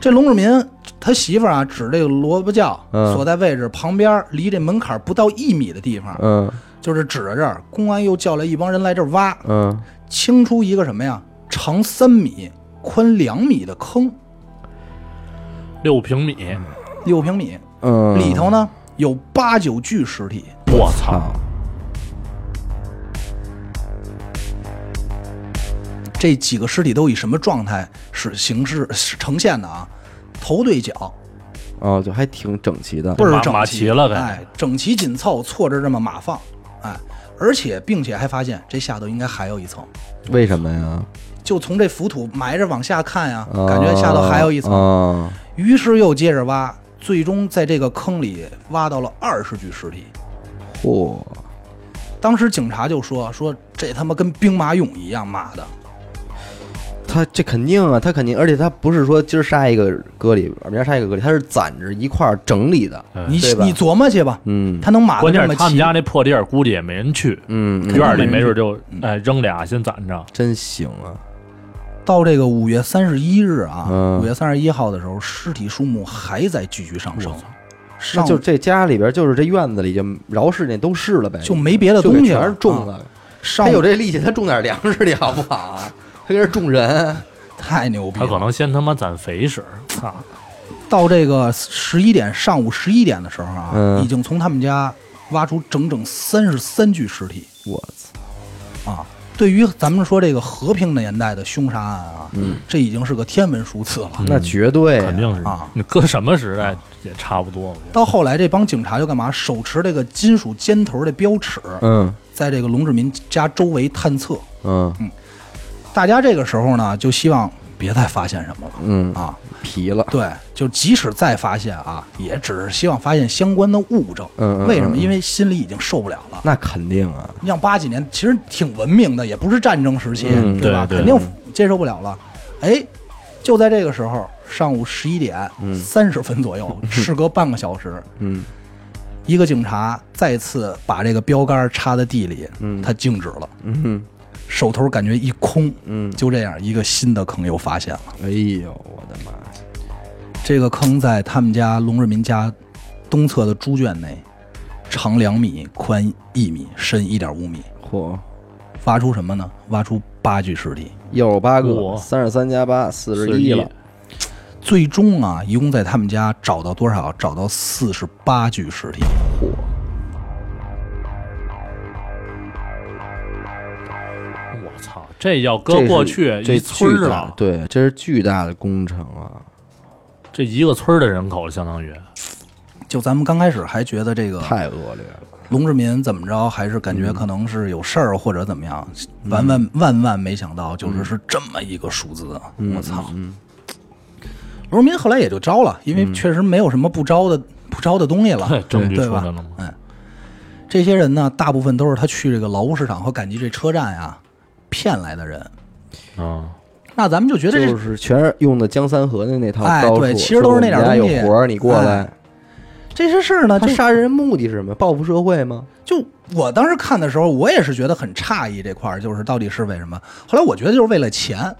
[SPEAKER 1] 这龙志民他媳妇儿啊，指这个萝卜窖
[SPEAKER 2] 嗯
[SPEAKER 1] 所在位置旁边儿，离这门槛不到一米的地方，
[SPEAKER 2] 嗯
[SPEAKER 1] 就是指着这儿。公安又叫来一帮人来这儿挖，
[SPEAKER 2] 嗯，
[SPEAKER 1] 清出一个什么呀？长三米、宽两米的坑，
[SPEAKER 3] 六平米，
[SPEAKER 1] 六平米，
[SPEAKER 2] 嗯，
[SPEAKER 1] 里头呢有八九具尸体。
[SPEAKER 3] 我操！
[SPEAKER 1] 这几个尸体都以什么状态是形式是呈现的啊？头对脚，
[SPEAKER 2] 哦，就还挺整齐的。
[SPEAKER 1] 倍儿
[SPEAKER 3] 马
[SPEAKER 1] 整齐，
[SPEAKER 3] 马齐了呗
[SPEAKER 1] 哎，整齐紧凑，错着这么码放，哎，而且并且还发现这下头应该还有一层，
[SPEAKER 2] 为什么呀？
[SPEAKER 1] 就从这浮土埋着往下看呀，
[SPEAKER 2] 啊
[SPEAKER 1] 感觉下头还有一层，
[SPEAKER 2] 啊
[SPEAKER 1] 于是又接着挖，最终在这个坑里挖到了二十具尸体。
[SPEAKER 2] 嚯！
[SPEAKER 1] 当时警察就说说这他妈跟兵马俑一样，妈的，
[SPEAKER 2] 他这肯定啊，他肯定，而且他不是说今儿杀一个搁里边儿，明儿杀一个搁里，他是攒着一块儿整理的。
[SPEAKER 3] 哎
[SPEAKER 1] 你
[SPEAKER 2] 对吧
[SPEAKER 1] 你琢磨去吧，
[SPEAKER 2] 嗯
[SPEAKER 1] 他能码
[SPEAKER 3] 关
[SPEAKER 1] 的
[SPEAKER 3] 键
[SPEAKER 1] 这
[SPEAKER 3] 是
[SPEAKER 1] 么
[SPEAKER 3] 他们
[SPEAKER 1] 齐
[SPEAKER 3] 家。那破地儿，估计也没人去，
[SPEAKER 2] 嗯，嗯
[SPEAKER 3] 院儿里没准就哎扔俩先攒着。
[SPEAKER 2] 真行啊！
[SPEAKER 1] 到这个五月三十一日啊，
[SPEAKER 2] 嗯
[SPEAKER 1] 五月三十一号的时候，尸体数目还在继续上升
[SPEAKER 3] 我操，
[SPEAKER 2] 那
[SPEAKER 1] 上
[SPEAKER 2] 就这家里边，就是这院子里就饶是那都是了呗，
[SPEAKER 1] 就没别的
[SPEAKER 2] 就给
[SPEAKER 1] 东西了啊
[SPEAKER 2] 全是种的。
[SPEAKER 1] 上
[SPEAKER 2] 他有这力气，他种点粮食去好不好啊？他跟人种人，
[SPEAKER 1] 太牛
[SPEAKER 2] 嗯
[SPEAKER 1] 逼
[SPEAKER 3] 他可
[SPEAKER 1] 了。
[SPEAKER 3] 能先他妈攒肥食，操！
[SPEAKER 1] 到这个十一点，上午十一点的时候啊，
[SPEAKER 2] 嗯
[SPEAKER 1] 已经从他们家挖出整整三十三具尸体
[SPEAKER 2] 我操！
[SPEAKER 1] 啊。对于咱们说这个和平年代的凶杀案啊，
[SPEAKER 2] 嗯
[SPEAKER 1] 这已经是个天文数字了。
[SPEAKER 2] 那绝对啊
[SPEAKER 3] 嗯肯定是
[SPEAKER 1] 啊
[SPEAKER 3] 你搁什么时代也差不多，我觉得。
[SPEAKER 1] 到后来，这帮警察就干嘛？手持这个金属尖头的标尺，
[SPEAKER 2] 嗯
[SPEAKER 1] 在这个龙志民家周围探测。
[SPEAKER 2] 嗯
[SPEAKER 1] 大家这个时候呢，就希望别再发现什么了
[SPEAKER 2] 嗯，
[SPEAKER 1] 啊。
[SPEAKER 2] 皮了，
[SPEAKER 1] 对，就即使再发现啊，也只是希望发现相关的物证。
[SPEAKER 2] 嗯嗯
[SPEAKER 1] 为什么？
[SPEAKER 2] 嗯嗯
[SPEAKER 1] 因为心里已经受不了了。
[SPEAKER 2] 那肯定啊。
[SPEAKER 1] 你想八几年其实挺文明的，也不是战争时期，
[SPEAKER 2] 嗯
[SPEAKER 1] 对吧？
[SPEAKER 3] 对
[SPEAKER 1] 肯
[SPEAKER 3] 对
[SPEAKER 1] 定接受不了了。哎，就在这个时候，上午十一点三十分左 右，事隔半个小时，
[SPEAKER 2] 嗯，
[SPEAKER 1] 一个警察再次把这个标杆插在地里，他静止了，
[SPEAKER 2] 嗯，
[SPEAKER 1] 手头感觉一空，
[SPEAKER 2] 嗯
[SPEAKER 1] 就这样一个新的坑又发现了。
[SPEAKER 2] 哎呦我的妈呀！
[SPEAKER 1] 这个坑在他们家龙日民家东侧的猪圈内，长两米，宽一米，深一点五米，
[SPEAKER 2] 嚯，
[SPEAKER 1] 挖出什么呢？挖出八具尸体。
[SPEAKER 2] 又有八个，
[SPEAKER 3] 我
[SPEAKER 2] 三十三加八，四十
[SPEAKER 3] 41
[SPEAKER 2] 了。
[SPEAKER 1] 最终啊，一共在他们家找到多少？找到四十八具尸体。
[SPEAKER 2] 嚯，
[SPEAKER 3] 我操，这要搁过去
[SPEAKER 2] 这
[SPEAKER 3] 一
[SPEAKER 2] 是
[SPEAKER 3] 村儿
[SPEAKER 2] 巨大
[SPEAKER 3] 了，嗯
[SPEAKER 2] 对，这是巨大的工程啊，
[SPEAKER 3] 这一个村儿的人口相当
[SPEAKER 2] 哎
[SPEAKER 3] 于，
[SPEAKER 1] 就咱们刚开始还觉得这个
[SPEAKER 2] 太恶劣了。
[SPEAKER 1] 龙志民怎么着，还是感觉可能是有事儿或者怎么样，万万万万没想到，就是是这么一个数字，啊我操！龙志民后来也就招了，因为确实没有什么不招的不招的东西了
[SPEAKER 3] 对，哎证据
[SPEAKER 1] 对
[SPEAKER 3] 出来
[SPEAKER 1] 吧
[SPEAKER 3] 了吗？
[SPEAKER 1] 嗯，这些人呢，大部分都是他去这个劳务市场和赶集这车站啊骗来的人。
[SPEAKER 3] 嗯，
[SPEAKER 1] 那咱们就觉得这
[SPEAKER 2] 就是全是用的江三河的那套
[SPEAKER 1] 哎
[SPEAKER 2] 招数，
[SPEAKER 1] 对其实都是那点
[SPEAKER 2] 说我们
[SPEAKER 1] 东西
[SPEAKER 2] 家有活儿，你过来。
[SPEAKER 1] 这些事儿呢，
[SPEAKER 2] 他
[SPEAKER 1] 就
[SPEAKER 2] 杀人目的是什么？报复社会吗？
[SPEAKER 1] 就我当时看的时候，我也是觉得很诧异这块儿，就是到底是为什么？后来我觉得就是为了钱。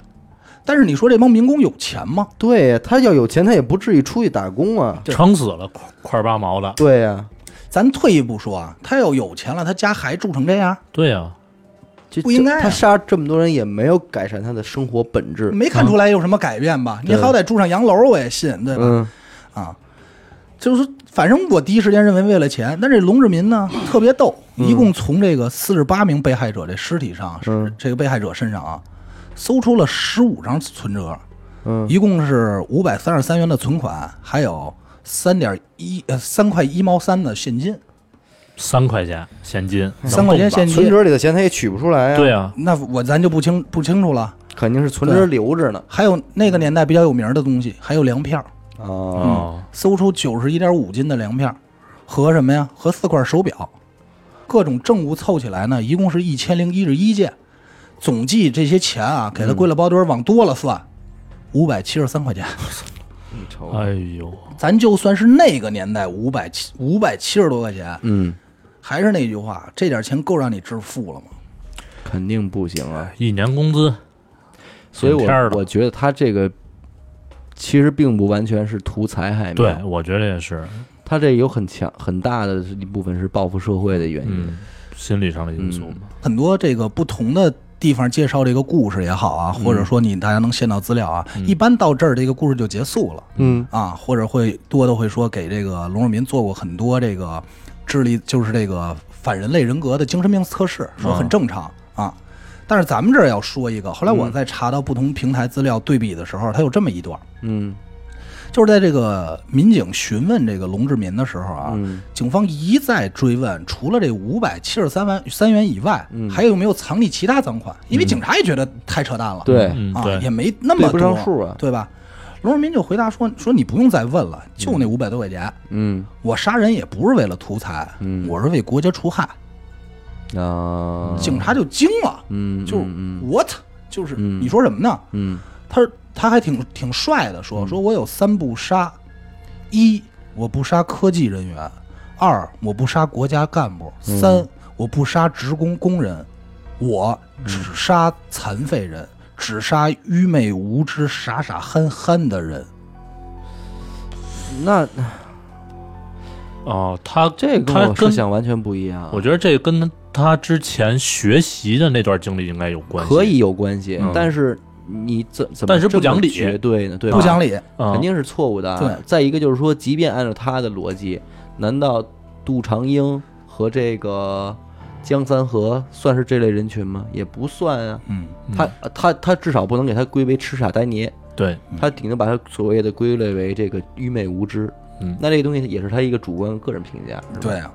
[SPEAKER 1] 但是你说这帮民工有钱吗？
[SPEAKER 2] 对呀，他要有钱，他也不至于出去打工啊。
[SPEAKER 3] 撑死了，块块八毛的，
[SPEAKER 2] 对呀，
[SPEAKER 1] 咱退一步说啊，他要有钱了，他家还住成这样，
[SPEAKER 3] 对啊呀，
[SPEAKER 2] 这
[SPEAKER 1] 不应该啊嗯
[SPEAKER 2] 这他杀这么多人也没有改善他的生活本质。
[SPEAKER 1] 没看出来有什么改变吧？你
[SPEAKER 2] 对
[SPEAKER 1] 好歹住上洋楼，我也信，对吧？
[SPEAKER 2] 嗯，
[SPEAKER 1] 啊，就是反正我第一时间认为为了钱，但这龙志民呢特别逗，一共从这个四十八名被害者这尸体上，
[SPEAKER 2] 嗯
[SPEAKER 1] 是这个被害者身上啊，搜出了十五张存折，
[SPEAKER 2] 嗯
[SPEAKER 1] 一共是五百三十三元的存款，还有三点一呃三块一毛三的现金，
[SPEAKER 3] 三块钱现金，
[SPEAKER 2] 嗯
[SPEAKER 1] 三块钱现
[SPEAKER 2] 存
[SPEAKER 1] 金，
[SPEAKER 2] 折里的钱他也取不出来哎呀。
[SPEAKER 3] 对，啊呀，
[SPEAKER 1] 那我咱就不清不清楚了。
[SPEAKER 2] 肯定是存
[SPEAKER 1] 啊
[SPEAKER 2] 折留着呢。
[SPEAKER 1] 还有那个年代比较有名的东西，还有粮票，
[SPEAKER 2] 啊，
[SPEAKER 3] 哦，
[SPEAKER 1] 搜出九十一点五斤的粮票和什么呀？和四块手表，各种证物凑起来呢，一共是一千零一十一件。总计这些钱啊，给他归了包堆儿，往多了算，五百七十三块钱。
[SPEAKER 2] 你瞅
[SPEAKER 3] 哎呦，
[SPEAKER 1] 咱就算是那个年代五百七五百七十多块钱，
[SPEAKER 2] 嗯，
[SPEAKER 1] 还是那句话，这点钱够让你致富了吗？
[SPEAKER 2] 肯定不行啊。
[SPEAKER 3] 一年工资，
[SPEAKER 2] 所以我
[SPEAKER 3] 顶天儿的
[SPEAKER 2] 我觉得他这个其实并不完全是图财害命，
[SPEAKER 3] 对，我觉得也是，
[SPEAKER 2] 他这有很强很大的一部分是报复社会的原因。
[SPEAKER 3] 嗯，心理上的因
[SPEAKER 2] 嗯
[SPEAKER 3] 素嘛，
[SPEAKER 1] 很多这个不同的地方介绍这个故事也好啊，或者说你大家能先到资料啊，一般到这儿这个故事就结束了。
[SPEAKER 2] 嗯
[SPEAKER 1] 啊，或者会多的会说给这个龙若民做过很多这个智力就是这个反人类人格的精神病测试，说很正常啊。但是咱们这儿要说一个，后来我在查到不同平台资料对比的时候，它有这么一段，
[SPEAKER 2] 嗯
[SPEAKER 1] 就是在这个民警询问这个龙志民的时候啊，
[SPEAKER 2] 嗯
[SPEAKER 1] 警方一再追问，除了这五百七十三万三元以外，
[SPEAKER 2] 嗯
[SPEAKER 1] 还有没有藏匿其他赃款？因为警察也觉得太扯淡了，
[SPEAKER 2] 对
[SPEAKER 3] 嗯，
[SPEAKER 1] 啊，也
[SPEAKER 3] 对，
[SPEAKER 1] 没那么
[SPEAKER 2] 对不
[SPEAKER 1] 多，
[SPEAKER 2] 上数啊
[SPEAKER 1] 对吧？龙若民就回答说：“说你不用再问了，就那五百多块钱，
[SPEAKER 2] 嗯
[SPEAKER 1] 我杀人也不是为了图财，
[SPEAKER 2] 嗯
[SPEAKER 1] 我是为国家除害。
[SPEAKER 2] 啊，
[SPEAKER 1] 警察就惊了，
[SPEAKER 2] 嗯
[SPEAKER 1] 就是
[SPEAKER 2] 嗯
[SPEAKER 1] what，就是、
[SPEAKER 2] 嗯
[SPEAKER 1] 你说什么呢？
[SPEAKER 2] 嗯
[SPEAKER 1] 他他还挺挺帅的说，说我有三不杀：一，我不杀科技人员；二，我不杀国家干部；
[SPEAKER 2] 嗯
[SPEAKER 1] 三，我不杀职工工人，我
[SPEAKER 2] 嗯
[SPEAKER 1] 只杀残废人，只杀愚昧无知、傻傻憨憨的人。
[SPEAKER 2] 嗯那
[SPEAKER 3] 哦，他
[SPEAKER 2] 这跟
[SPEAKER 3] 他
[SPEAKER 2] 我设
[SPEAKER 3] 跟
[SPEAKER 2] 想完全不一样。
[SPEAKER 3] 我觉得这跟他之前学习的那段经历应该有关系，
[SPEAKER 2] 可以有关系，
[SPEAKER 3] 嗯
[SPEAKER 2] 但是你怎怎么
[SPEAKER 3] 但是不
[SPEAKER 2] 这么
[SPEAKER 3] 讲理
[SPEAKER 2] 绝对呢？对吧？
[SPEAKER 1] 不讲理，
[SPEAKER 3] 啊，
[SPEAKER 2] 肯定是错误的啊。
[SPEAKER 1] 对
[SPEAKER 2] 再一个就是说，即便按照他的逻辑，难道杜长英和这个江三河算是这类人群吗？也不算啊。
[SPEAKER 1] 嗯，
[SPEAKER 2] 他他他至少不能给他归为痴傻呆捏，
[SPEAKER 3] 对，
[SPEAKER 2] 他顶多把他所谓的归类为这个愚昧无知。
[SPEAKER 3] 嗯
[SPEAKER 2] 那这个东西也是他一个主观个人评价。是吧
[SPEAKER 1] 对啊。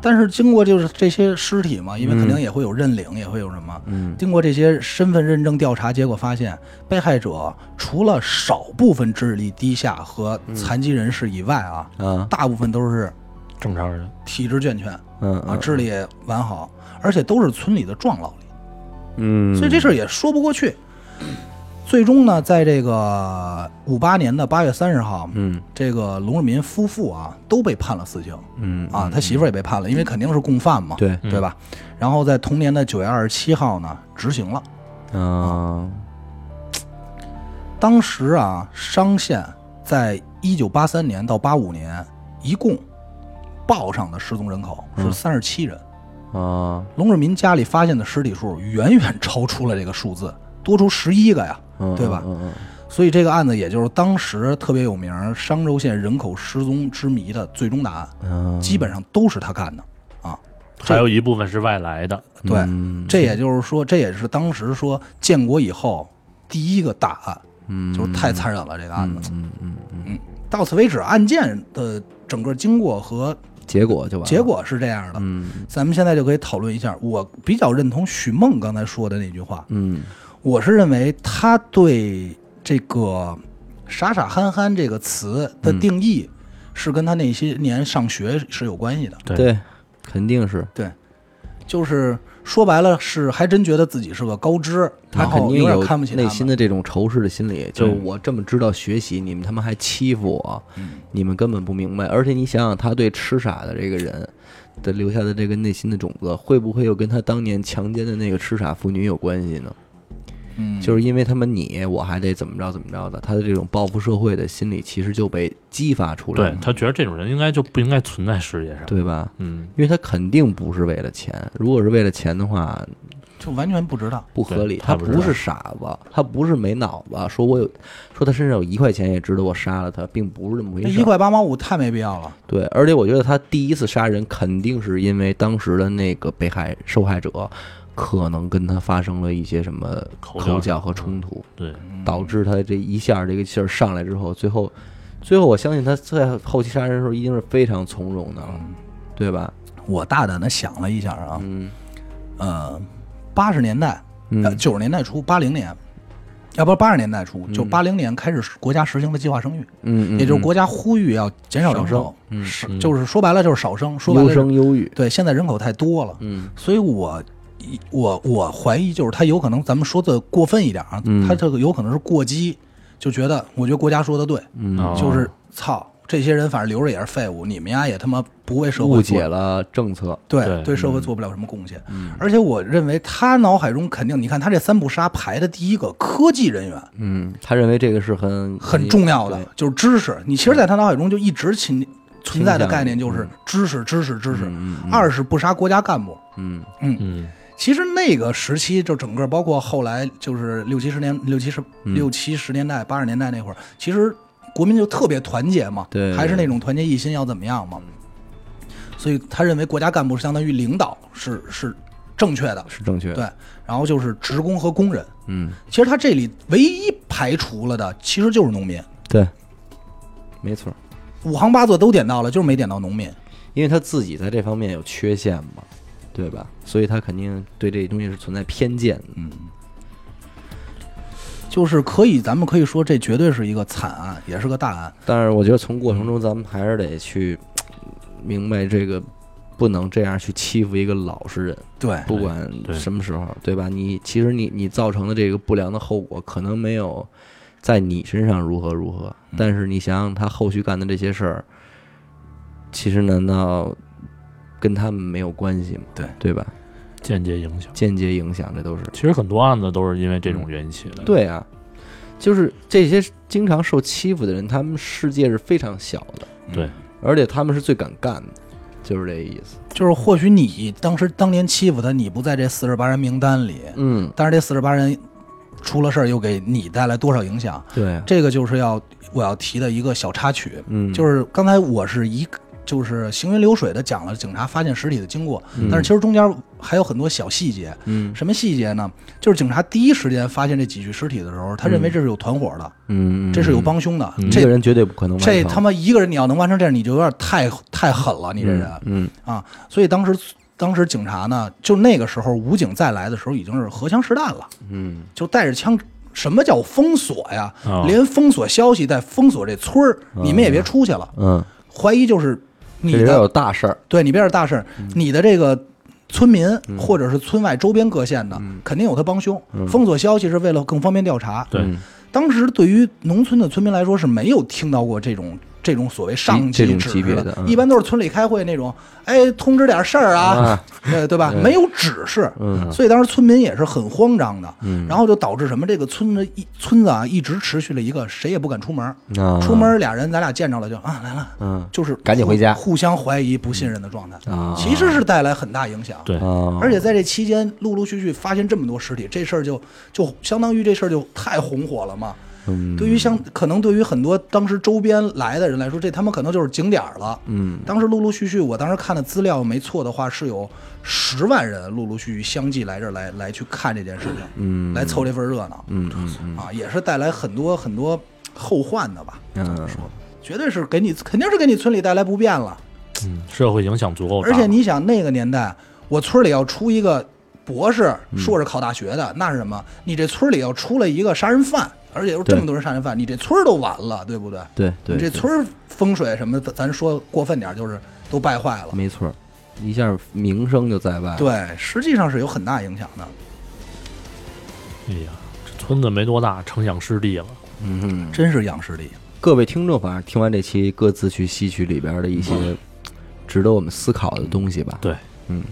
[SPEAKER 1] 但是经过就是这些尸体嘛，因为肯定也会有认领，也会有什么。
[SPEAKER 2] 嗯
[SPEAKER 1] 经过这些身份认证调查，结果发现被害者除了少部分智力低下和残疾人士以外啊，
[SPEAKER 2] 啊
[SPEAKER 1] 大部分都是
[SPEAKER 3] 正常人，
[SPEAKER 1] 体质健全
[SPEAKER 2] 嗯
[SPEAKER 1] 啊，
[SPEAKER 2] 啊
[SPEAKER 1] 智力也完好，而且都是村里的壮劳力，
[SPEAKER 2] 嗯，
[SPEAKER 1] 所以这事儿也说不过去。最终呢，在这个五八年的八月三十号，
[SPEAKER 2] 嗯
[SPEAKER 1] 这个龙日民夫妇啊都被判了死刑。
[SPEAKER 2] 嗯
[SPEAKER 1] 啊，他媳妇儿也被判了，因为肯定是共犯嘛，
[SPEAKER 2] 对
[SPEAKER 1] 对吧？然后在同年的九月二十七号呢，执行了。
[SPEAKER 2] 啊
[SPEAKER 1] 当时啊，商县在一九八三年到八五年，一共报上的失踪人口是
[SPEAKER 2] 嗯
[SPEAKER 1] 三十七人，
[SPEAKER 2] 啊，
[SPEAKER 1] 龙志民家里发现的尸体数远远超出了这个数字，多出十一个呀。
[SPEAKER 2] 嗯，
[SPEAKER 1] 对吧
[SPEAKER 2] 嗯嗯，
[SPEAKER 1] 所以这个案子也就是当时特别有名儿商州县人口失踪之谜的最终答案，
[SPEAKER 2] 嗯
[SPEAKER 1] 基本上都是他干的啊。
[SPEAKER 3] 还有一部分是外来的，
[SPEAKER 1] 对，
[SPEAKER 2] 嗯
[SPEAKER 1] 这也就是说，这也是当时说建国以后第一个大案，
[SPEAKER 2] 嗯，
[SPEAKER 1] 就是太残忍了这个案子。
[SPEAKER 2] 嗯嗯嗯，
[SPEAKER 1] 到此为止，案件的整个经过和
[SPEAKER 2] 结果就完了，
[SPEAKER 1] 结，果是这样的。
[SPEAKER 2] 嗯
[SPEAKER 1] 咱们现在就可以讨论一下，我比较认同许梦刚才说的那句话，
[SPEAKER 2] 嗯
[SPEAKER 1] 我是认为他对这个“傻傻憨憨”这个词
[SPEAKER 2] 嗯
[SPEAKER 1] 的定义，是跟他那些年上学是有关系的。
[SPEAKER 3] 对
[SPEAKER 2] 对，肯定是，
[SPEAKER 1] 对，就是说白了是还真觉得自己是个高知，
[SPEAKER 2] 他
[SPEAKER 1] 然
[SPEAKER 2] 肯
[SPEAKER 1] 后
[SPEAKER 2] 定
[SPEAKER 1] 有点看不起他
[SPEAKER 2] 内
[SPEAKER 1] 们。
[SPEAKER 2] 心的这种仇视的心理，就是
[SPEAKER 3] 对
[SPEAKER 2] 我这么知道学习，你们他妈还欺负我，
[SPEAKER 1] 嗯
[SPEAKER 2] 你们根本不明白。而且你想想，他对痴傻的这个人的留下的这个内心的种子，会不会又跟他当年强奸的那个痴傻妇女有关系呢？
[SPEAKER 1] 嗯，
[SPEAKER 2] 就是因为他们你，我还得怎么着怎么着的，他的这种报复社会的心理，其实就被激发出来
[SPEAKER 3] 对
[SPEAKER 2] 了，
[SPEAKER 3] 他觉得这种人应该就不应该存在世界上。
[SPEAKER 2] 对吧？
[SPEAKER 3] 嗯，
[SPEAKER 2] 因为他肯定不是为了钱，如果是为了钱的话，
[SPEAKER 1] 就完全不知道。
[SPEAKER 2] 不合理。
[SPEAKER 3] 对
[SPEAKER 2] 他
[SPEAKER 3] 他不是
[SPEAKER 2] 不是傻子，他不是没脑子。说我有，说他身上有一块钱也值得我杀了他，并不是这么回
[SPEAKER 1] 那
[SPEAKER 2] 事
[SPEAKER 1] 一
[SPEAKER 2] 儿。
[SPEAKER 1] 块八毛五太没必要了。
[SPEAKER 2] 对，而且我觉得他第一次杀人肯定是因为当时的那个被害受害者可能跟他发生了一些什么
[SPEAKER 3] 口
[SPEAKER 2] 口角
[SPEAKER 3] 角
[SPEAKER 2] 和冲突，
[SPEAKER 3] 对，
[SPEAKER 1] 嗯
[SPEAKER 2] 导致他这一下这个气儿上来之后，最后，最后我相信他在后期杀人的时候一定是非常从容的
[SPEAKER 1] 嗯
[SPEAKER 2] 了，对吧？
[SPEAKER 1] 我大胆的想了一下啊，
[SPEAKER 2] 嗯
[SPEAKER 1] 呃，八十年代，呃，
[SPEAKER 2] 嗯
[SPEAKER 1] 九十年代初，八零年，要不八十年代初，就八零年开始国家实行的计划生育，
[SPEAKER 2] 嗯，
[SPEAKER 1] 也就是国家呼吁要减少人口
[SPEAKER 2] 少，生嗯
[SPEAKER 1] 是
[SPEAKER 3] 嗯
[SPEAKER 1] 就是说白了就是少生，说白
[SPEAKER 2] 优
[SPEAKER 1] 了是
[SPEAKER 2] 生优育，
[SPEAKER 1] 对，现在人口太多了，
[SPEAKER 2] 嗯
[SPEAKER 1] 所以我我我怀疑就是他有可能，咱们说的过分一点啊，
[SPEAKER 2] 嗯
[SPEAKER 1] 他这个有可能是过激，就觉得我觉得国家说的对，
[SPEAKER 2] 嗯
[SPEAKER 3] 哦，
[SPEAKER 1] 就是操这些人反正留着也是废物，你们呀也他妈不为社会
[SPEAKER 2] 误
[SPEAKER 1] 做
[SPEAKER 2] 解了政策，
[SPEAKER 1] 对
[SPEAKER 3] 对
[SPEAKER 1] 社会做不了什么贡献。而且我认为他脑海中肯定，你看他这三不杀排的第一个科技人员
[SPEAKER 2] 嗯，他认为这个是很
[SPEAKER 1] 很重要的，就是知识。你其实，在他脑海中就一直存存在的概念
[SPEAKER 2] 嗯
[SPEAKER 1] 就是知识，知识，知识。二是不杀国家干部。
[SPEAKER 2] 嗯
[SPEAKER 3] 嗯，
[SPEAKER 1] 其实那个时期，就整个包括后来就是六七十年、六七十、
[SPEAKER 2] 嗯
[SPEAKER 1] 六七十年代、八十年代那会儿，其实国民就特别团结嘛，
[SPEAKER 2] 对
[SPEAKER 1] 还是那种团结一心要怎么样嘛。所以他认为国家干部是相当于领导是是正确的，
[SPEAKER 2] 是正确的，
[SPEAKER 1] 对。然后就是职工和工人，
[SPEAKER 2] 嗯，
[SPEAKER 1] 其实他这里唯一排除了的其实就是农民，
[SPEAKER 2] 对，没错，
[SPEAKER 1] 五行八作都点到了，就是没点到农民。
[SPEAKER 2] 因为他自己在这方面有缺陷嘛，对吧？所以他肯定对这东西是存在偏见的，嗯，
[SPEAKER 1] 就是可以，咱们可以说这绝对是一个惨案，也是个大案。
[SPEAKER 2] 但是我觉得从过程中咱们还是得去明白这个。不能这样去欺负一个老实人，
[SPEAKER 1] 对，
[SPEAKER 2] 不管
[SPEAKER 3] 对
[SPEAKER 2] 什么时候，对吧？你其实你你造成的这个不良的后果，可能没有在你身上如何如何，但是你想想他后续干的这些事儿，其实难道跟他们没有关系吗？
[SPEAKER 1] 对
[SPEAKER 2] 对吧？
[SPEAKER 3] 间接影响。
[SPEAKER 2] 间接影响，这都是
[SPEAKER 3] 其实很多案子都是因为这种
[SPEAKER 1] 嗯
[SPEAKER 3] 原因起来的。，
[SPEAKER 2] 对啊。就是这些经常受欺负的人，他们世界是非常小的，
[SPEAKER 3] 对，
[SPEAKER 2] 而且他们是最敢干的，就是这意思。
[SPEAKER 1] 就是或许你当时当年欺负他，你不在这四十八人名单里，
[SPEAKER 2] 嗯，
[SPEAKER 1] 但是这四十八人出了事儿，又给你带来多少影响？
[SPEAKER 2] 对啊，
[SPEAKER 1] 这个就是要我要提的一个小插曲，
[SPEAKER 2] 嗯，
[SPEAKER 1] 就是刚才我是一就是行云流水的讲了警察发现尸体的经过，
[SPEAKER 2] 嗯
[SPEAKER 1] 但是其实中间还有很多小细节。
[SPEAKER 2] 嗯
[SPEAKER 1] 什么细节呢？就是警察第一时间发现这几具尸体的时候，他认为这是有团伙的，
[SPEAKER 2] 嗯，
[SPEAKER 1] 这是有帮凶的。
[SPEAKER 3] 嗯
[SPEAKER 2] 这个
[SPEAKER 1] 这
[SPEAKER 2] 人绝对不可能嗯完
[SPEAKER 1] 这
[SPEAKER 2] 成
[SPEAKER 1] 他妈一个人你要能完成这样，你就有点太太狠了，你这人。
[SPEAKER 2] 嗯，
[SPEAKER 1] 啊，所以当时当时警察呢，就那个时候武警再来的时候已经是荷枪实弹了，
[SPEAKER 2] 嗯，
[SPEAKER 1] 就带着枪。什么叫封锁呀？
[SPEAKER 3] 啊
[SPEAKER 1] 连封锁消息带封锁这村儿，你们也别出去了。
[SPEAKER 2] 嗯，
[SPEAKER 1] 怀疑就是你
[SPEAKER 2] 这人有
[SPEAKER 1] 的，
[SPEAKER 2] 大事儿，
[SPEAKER 1] 对你别是大事儿，
[SPEAKER 2] 嗯
[SPEAKER 1] 你的这个村民或者是村外周边各县的，
[SPEAKER 2] 嗯
[SPEAKER 1] 肯定有他帮凶。封锁消息是为了更方便调查。
[SPEAKER 3] 对
[SPEAKER 1] 当时对于农村的村民来说是没有听到过这种这种所谓上级
[SPEAKER 2] 这种
[SPEAKER 1] 指
[SPEAKER 2] 级别
[SPEAKER 1] 示
[SPEAKER 2] 的嗯
[SPEAKER 1] 一般都是村里开会那种，哎，通知点事儿啊
[SPEAKER 2] 啊，
[SPEAKER 1] 呃对吧？
[SPEAKER 2] 对
[SPEAKER 1] 没有指示，
[SPEAKER 2] 嗯
[SPEAKER 1] 所以当时村民也是很慌张的，
[SPEAKER 2] 嗯
[SPEAKER 1] 然后就导致什么？这个村子一村子啊，一直持续了一个谁也不敢出门儿，
[SPEAKER 2] 啊
[SPEAKER 1] 出门儿俩人咱俩见着了就啊来了，
[SPEAKER 2] 嗯
[SPEAKER 1] 就是
[SPEAKER 6] 赶紧回家
[SPEAKER 1] 互互相怀疑、不信任的状态，
[SPEAKER 2] 啊
[SPEAKER 1] 其实是带来很大影响。
[SPEAKER 3] 对
[SPEAKER 2] 啊，
[SPEAKER 1] 而且在这期间，陆陆续续发现这么多尸体，这事儿就就相当于这事儿就太红火了嘛。
[SPEAKER 2] 嗯
[SPEAKER 1] 对于相可能对于很多当时周边来的人来说，这他们可能就是景点儿了。
[SPEAKER 2] 嗯，
[SPEAKER 1] 当时陆陆续续，我当时看的资料没错的话，是有十万人陆陆续续相继来这儿来来去看这件事情，嗯，来凑这份热闹，
[SPEAKER 2] 嗯嗯嗯
[SPEAKER 1] 啊，也是带来很多很多后患的吧，
[SPEAKER 2] 嗯
[SPEAKER 1] 绝对是给你肯定是给你村里带来不便了。
[SPEAKER 3] 嗯，社会影响足够大，
[SPEAKER 1] 而且你想那个年代，我村里要出一个博士、
[SPEAKER 2] 嗯
[SPEAKER 1] 硕士考大学的，那是什么？你这村里要出了一个杀人犯，而且有这么多人杀人犯，你这村儿都完了，对不对？
[SPEAKER 2] 对对，
[SPEAKER 1] 你这
[SPEAKER 2] 对
[SPEAKER 1] 村儿风水什么的，咱说过分点儿，就是都败坏了。
[SPEAKER 2] 没错儿，一下名声就在外。，
[SPEAKER 1] 对，实际上是有很大影响的。
[SPEAKER 3] 哎呀，这村子没多大，成想失地了。
[SPEAKER 2] 嗯，
[SPEAKER 1] 真是养尸体。
[SPEAKER 2] 各位听众，反正听完这期，各自去吸取里边的一些值得我们思考的东西吧。
[SPEAKER 3] 对，
[SPEAKER 2] 嗯，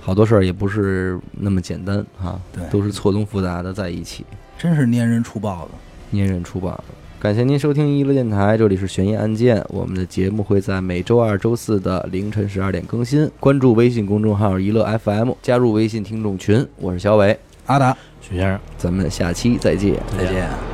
[SPEAKER 2] 好多事儿也不是那么简单哈，
[SPEAKER 1] 对
[SPEAKER 2] 都是错综复杂的在一起，
[SPEAKER 1] 真是粘人出豹子。
[SPEAKER 2] 粘人出宝。感谢您收听娱乐电台，这里是悬疑案件。我们的节目会在每周二、周四的凌晨十二点更新。关注微信公众号“娱乐 FM”，加入微信听众群。我是小伟，
[SPEAKER 1] 阿达，
[SPEAKER 3] 许先生，
[SPEAKER 2] 咱们下期再见。
[SPEAKER 1] 再见。